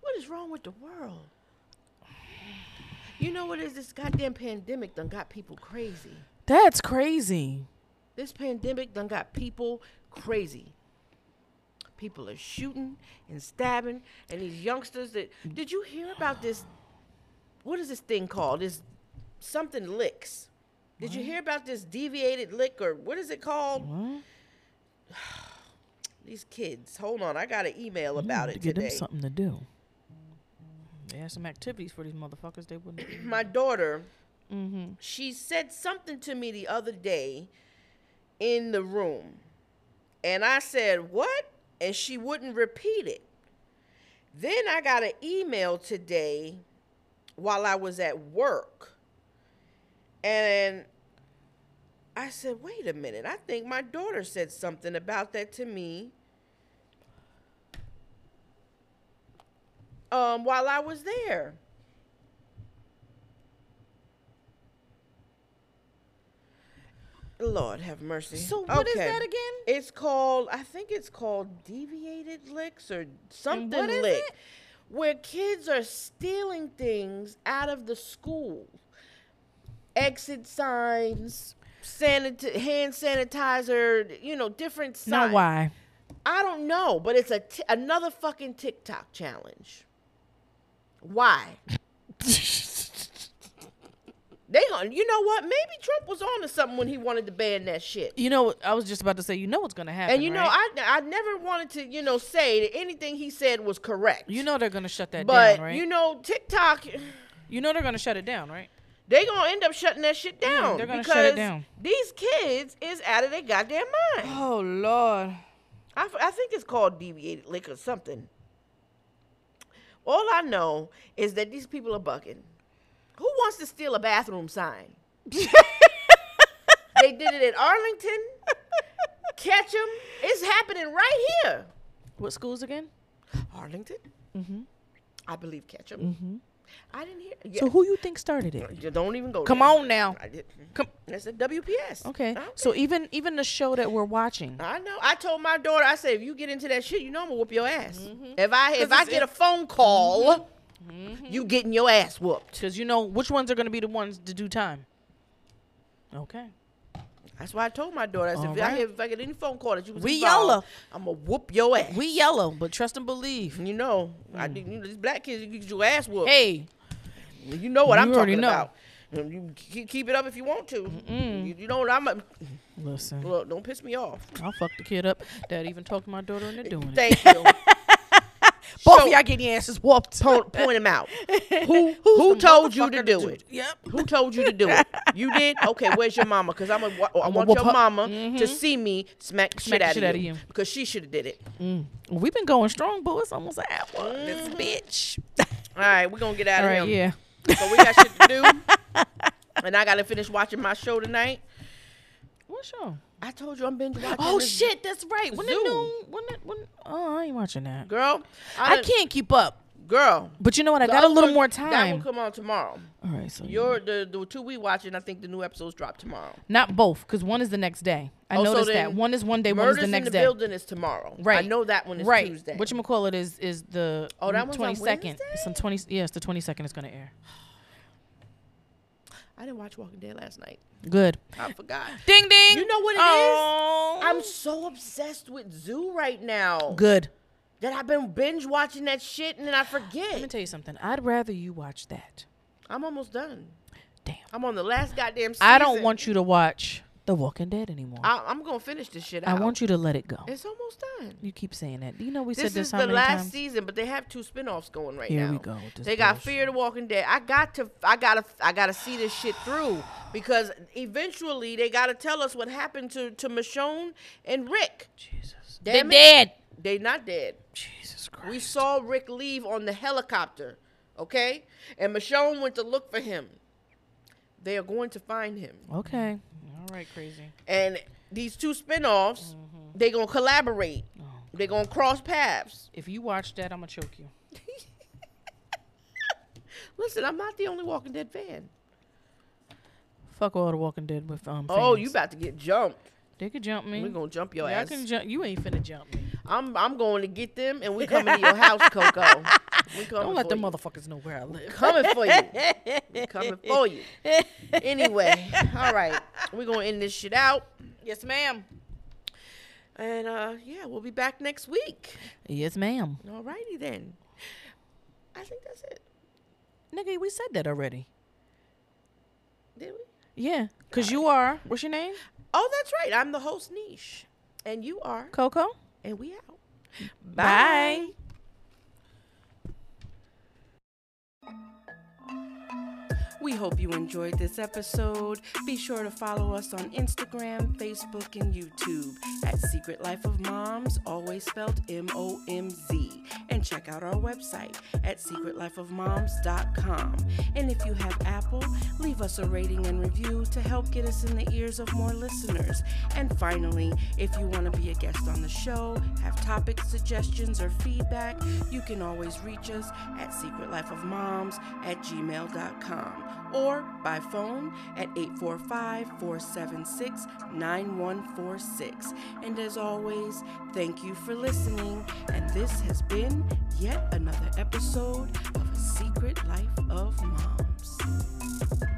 Speaker 1: what is wrong with the world? You know what is this goddamn pandemic done got people crazy.
Speaker 2: That's crazy.
Speaker 1: This pandemic done got people crazy. People are shooting and stabbing, and these youngsters that did you hear about this? What is this thing called? This something licks. Did you hear about this deviated lick or what is it called?
Speaker 2: What?
Speaker 1: These kids. Hold on, I got an email about
Speaker 2: to
Speaker 1: it
Speaker 2: get
Speaker 1: today.
Speaker 2: them something to do. They had some activities for these motherfuckers. They wouldn't.
Speaker 1: My daughter,
Speaker 2: mm-hmm.
Speaker 1: she said something to me the other day in the room. And I said, What? And she wouldn't repeat it. Then I got an email today while I was at work. And I said, Wait a minute. I think my daughter said something about that to me. Um, while I was there. Lord have mercy.
Speaker 2: So what is
Speaker 1: Okay.
Speaker 2: that again?
Speaker 1: It's called, I think it's called deviated licks or something
Speaker 2: what is
Speaker 1: lick,
Speaker 2: it?
Speaker 1: where kids are stealing things out of the school, exit signs, sanit- hand sanitizer, you know, different signs.
Speaker 2: Now why?
Speaker 1: I don't know, but it's a t- another fucking TikTok challenge. Why? They gonna, you know what? Maybe Trump was on to something when he wanted to ban that shit.
Speaker 2: you know, I was just about to say, you know what's gonna happen,
Speaker 1: And you know,
Speaker 2: right?
Speaker 1: I I never wanted to, you know, say that anything he said was correct.
Speaker 2: you know they're gonna shut that
Speaker 1: but
Speaker 2: down, right?
Speaker 1: you know, TikTok,
Speaker 2: you know they're gonna shut it down, right?
Speaker 1: they gonna end up shutting that shit down.
Speaker 2: Mm, they're gonna
Speaker 1: because
Speaker 2: shut it down.
Speaker 1: These kids is out of their goddamn mind.
Speaker 2: Oh Lord.
Speaker 1: I, f- I think it's called deviated lick or something. All I know is that these people are bucking. Who wants to steal a bathroom sign? they did it at Arlington. Catch 'em. It's happening right here.
Speaker 2: What schools again?
Speaker 1: Arlington?
Speaker 2: Mm-hmm.
Speaker 1: I believe Ketchum.
Speaker 2: Mm-hmm.
Speaker 1: I didn't hear. Yeah.
Speaker 2: So who you think started it?
Speaker 1: you don't even go.
Speaker 2: Come
Speaker 1: there.
Speaker 2: on now.
Speaker 1: I did.
Speaker 2: Come.
Speaker 1: That's a WPS.
Speaker 2: Okay.
Speaker 1: I-
Speaker 2: So even even the show that we're watching,
Speaker 1: I know. I told my daughter. I said, if you get into that shit, you know I'm gonna whoop your ass.
Speaker 2: Mm-hmm.
Speaker 1: If I if I get a phone call, you getting your ass whooped.
Speaker 2: because you know which ones are gonna be the ones to do time. Okay.
Speaker 1: That's why I told my daughter. I said,
Speaker 2: All
Speaker 1: if, I
Speaker 2: right.
Speaker 1: hear, if I get any phone call that you was
Speaker 2: We
Speaker 1: involved,
Speaker 2: yalla.
Speaker 1: I'm gonna whoop your ass.
Speaker 2: We yellow, but trust and believe.
Speaker 1: you know, I do, you know, these black kids, you get your ass whooped.
Speaker 2: Mm. Hey,
Speaker 1: You know what
Speaker 2: You
Speaker 1: I'm
Speaker 2: already
Speaker 1: talking
Speaker 2: know.
Speaker 1: about. You keep keep it up if you want to. You, you know what I'm. a-
Speaker 2: listen,
Speaker 1: Look, don't piss me off.
Speaker 2: I'll fuck the kid up. Dad even talked to my daughter into doing it.
Speaker 1: Thank you.
Speaker 2: Both
Speaker 1: So-
Speaker 2: of y'all getting your asses whooped.
Speaker 1: point, point him out. Who who told you to
Speaker 2: motherfucker
Speaker 1: do it?
Speaker 2: Yep.
Speaker 1: Who told you to do it? You did? Okay, where's your mama? Because I'm a, I
Speaker 2: I'ma
Speaker 1: want
Speaker 2: whoop
Speaker 1: your
Speaker 2: her- Mm-hmm.
Speaker 1: mama to see me smack, the shit,
Speaker 2: the
Speaker 1: out,
Speaker 2: shit
Speaker 1: of
Speaker 2: outta
Speaker 1: you.
Speaker 2: you.
Speaker 1: Because she should have did it.
Speaker 2: Mm. We've been going strong, but it's almost an hour. This bitch.
Speaker 1: All right, we're going to get out
Speaker 2: All
Speaker 1: of
Speaker 2: right,
Speaker 1: here.
Speaker 2: yeah.
Speaker 1: So we got shit to do. and I got to finish watching my show tonight.
Speaker 2: What show?
Speaker 1: I told you I'm binge watching.
Speaker 2: Oh
Speaker 1: this-
Speaker 2: shit, that's right. When
Speaker 1: Zoom.
Speaker 2: it noon, when it, when oh, I ain't watching that.
Speaker 1: Girl,
Speaker 2: I
Speaker 1: done-
Speaker 2: can't keep up.
Speaker 1: Girl.
Speaker 2: But you know what? I
Speaker 1: the
Speaker 2: got a
Speaker 1: other
Speaker 2: little
Speaker 1: one-
Speaker 2: more
Speaker 1: That will
Speaker 2: time.
Speaker 1: come on tomorrow.
Speaker 2: All right, so
Speaker 1: Your the, the two we watching, I think the new episodes drop tomorrow.
Speaker 2: not both, because one is the next day. I
Speaker 1: Oh, so
Speaker 2: noticed that
Speaker 1: then
Speaker 2: one is one day, one is
Speaker 1: Murders
Speaker 2: the next
Speaker 1: in the
Speaker 2: day.
Speaker 1: building is tomorrow. I
Speaker 2: Right.
Speaker 1: know that one is
Speaker 2: right.
Speaker 1: Tuesday.
Speaker 2: What you call it is is the
Speaker 1: Oh, that one's on
Speaker 2: 22nd. It's on
Speaker 1: Wednesday?
Speaker 2: 20 yes, the 22nd is going to air.
Speaker 1: I didn't watch Walking Dead last night.
Speaker 2: Good.
Speaker 1: I forgot.
Speaker 2: Ding ding.
Speaker 1: You know what it is?
Speaker 2: oh.
Speaker 1: I'm so obsessed with Zoo right now
Speaker 2: good.
Speaker 1: that I've been binge watching that shit and then I
Speaker 2: Let me
Speaker 1: forget.
Speaker 2: tell you something. I'd rather you watch that.
Speaker 1: I'm almost done.
Speaker 2: Damn.
Speaker 1: I'm on the last goddamn season.
Speaker 2: I don't want you to watch The Walking Dead anymore. I,
Speaker 1: I, I'm gonna finish this shit. out.
Speaker 2: want you to let it go.
Speaker 1: It's almost done.
Speaker 2: You keep saying that. You know we
Speaker 1: This
Speaker 2: said this
Speaker 1: is
Speaker 2: how
Speaker 1: the
Speaker 2: many
Speaker 1: last
Speaker 2: times.
Speaker 1: season, but they have two spin-offs going right
Speaker 2: Here
Speaker 1: now.
Speaker 2: we go with this
Speaker 1: They got
Speaker 2: bullshit.
Speaker 1: Fear the Walking Dead. I got to, I gotta, I gotta see this shit through because eventually they gotta tell us what happened to to Michonne and Rick.
Speaker 2: Jesus.
Speaker 1: Damn it.
Speaker 2: dead.
Speaker 1: They not dead.
Speaker 2: Jesus
Speaker 1: We
Speaker 2: Christ.
Speaker 1: saw Rick leave on the helicopter, okay? And Michonne went to look for him. They are going to find him.
Speaker 2: okay. All right, crazy.
Speaker 1: And these two spinoffs,
Speaker 2: Mm-hmm.
Speaker 1: they're going to collaborate.
Speaker 2: Oh,
Speaker 1: They're going to cross paths.
Speaker 2: If you watch that, I'm gonna choke you.
Speaker 1: Listen, I'm not the only Walking Dead fan.
Speaker 2: Fuck all the Walking Dead with um.
Speaker 1: Oh,
Speaker 2: fans.
Speaker 1: you about to get jumped.
Speaker 2: They could jump me.
Speaker 1: We're gonna jump your
Speaker 2: Y'all
Speaker 1: ass.
Speaker 2: can jump. You ain't finna jump me.
Speaker 1: I'm I'm going to get them, and we coming to your house, Coco. We coming
Speaker 2: Don't let
Speaker 1: for
Speaker 2: the
Speaker 1: you.
Speaker 2: motherfuckers know where I live.
Speaker 1: coming for you. We coming for you. Anyway, all right, we're gonna end this shit out,
Speaker 2: Yes, ma'am.
Speaker 1: and uh, yeah, we'll be back next week.
Speaker 2: Yes, ma'am.
Speaker 1: All righty then. I think that's it.
Speaker 2: Nigga, we said that already.
Speaker 1: Did we?
Speaker 2: Yeah, cause you are. What's your name?
Speaker 1: Oh, that's right. I'm the host, Niche, and you are,
Speaker 2: Coco.
Speaker 1: and we out.
Speaker 2: Bye.
Speaker 1: We hope you enjoyed this episode. Be sure to follow us on Instagram, Facebook, and YouTube at Secret Life of Moms, always spelled M O M Z. And check out our website at secretlifeofmoms.com. And if you have Apple, leave us a rating and review to help get us in the ears of more listeners. And finally, if you want to be a guest on the show, have topic suggestions, or feedback, you can always reach us at secretlifeofmoms at gmail.com or by phone at 845 476 9146. And as always, thank you for listening. And this has been yet another episode of A Secret Life of Moms.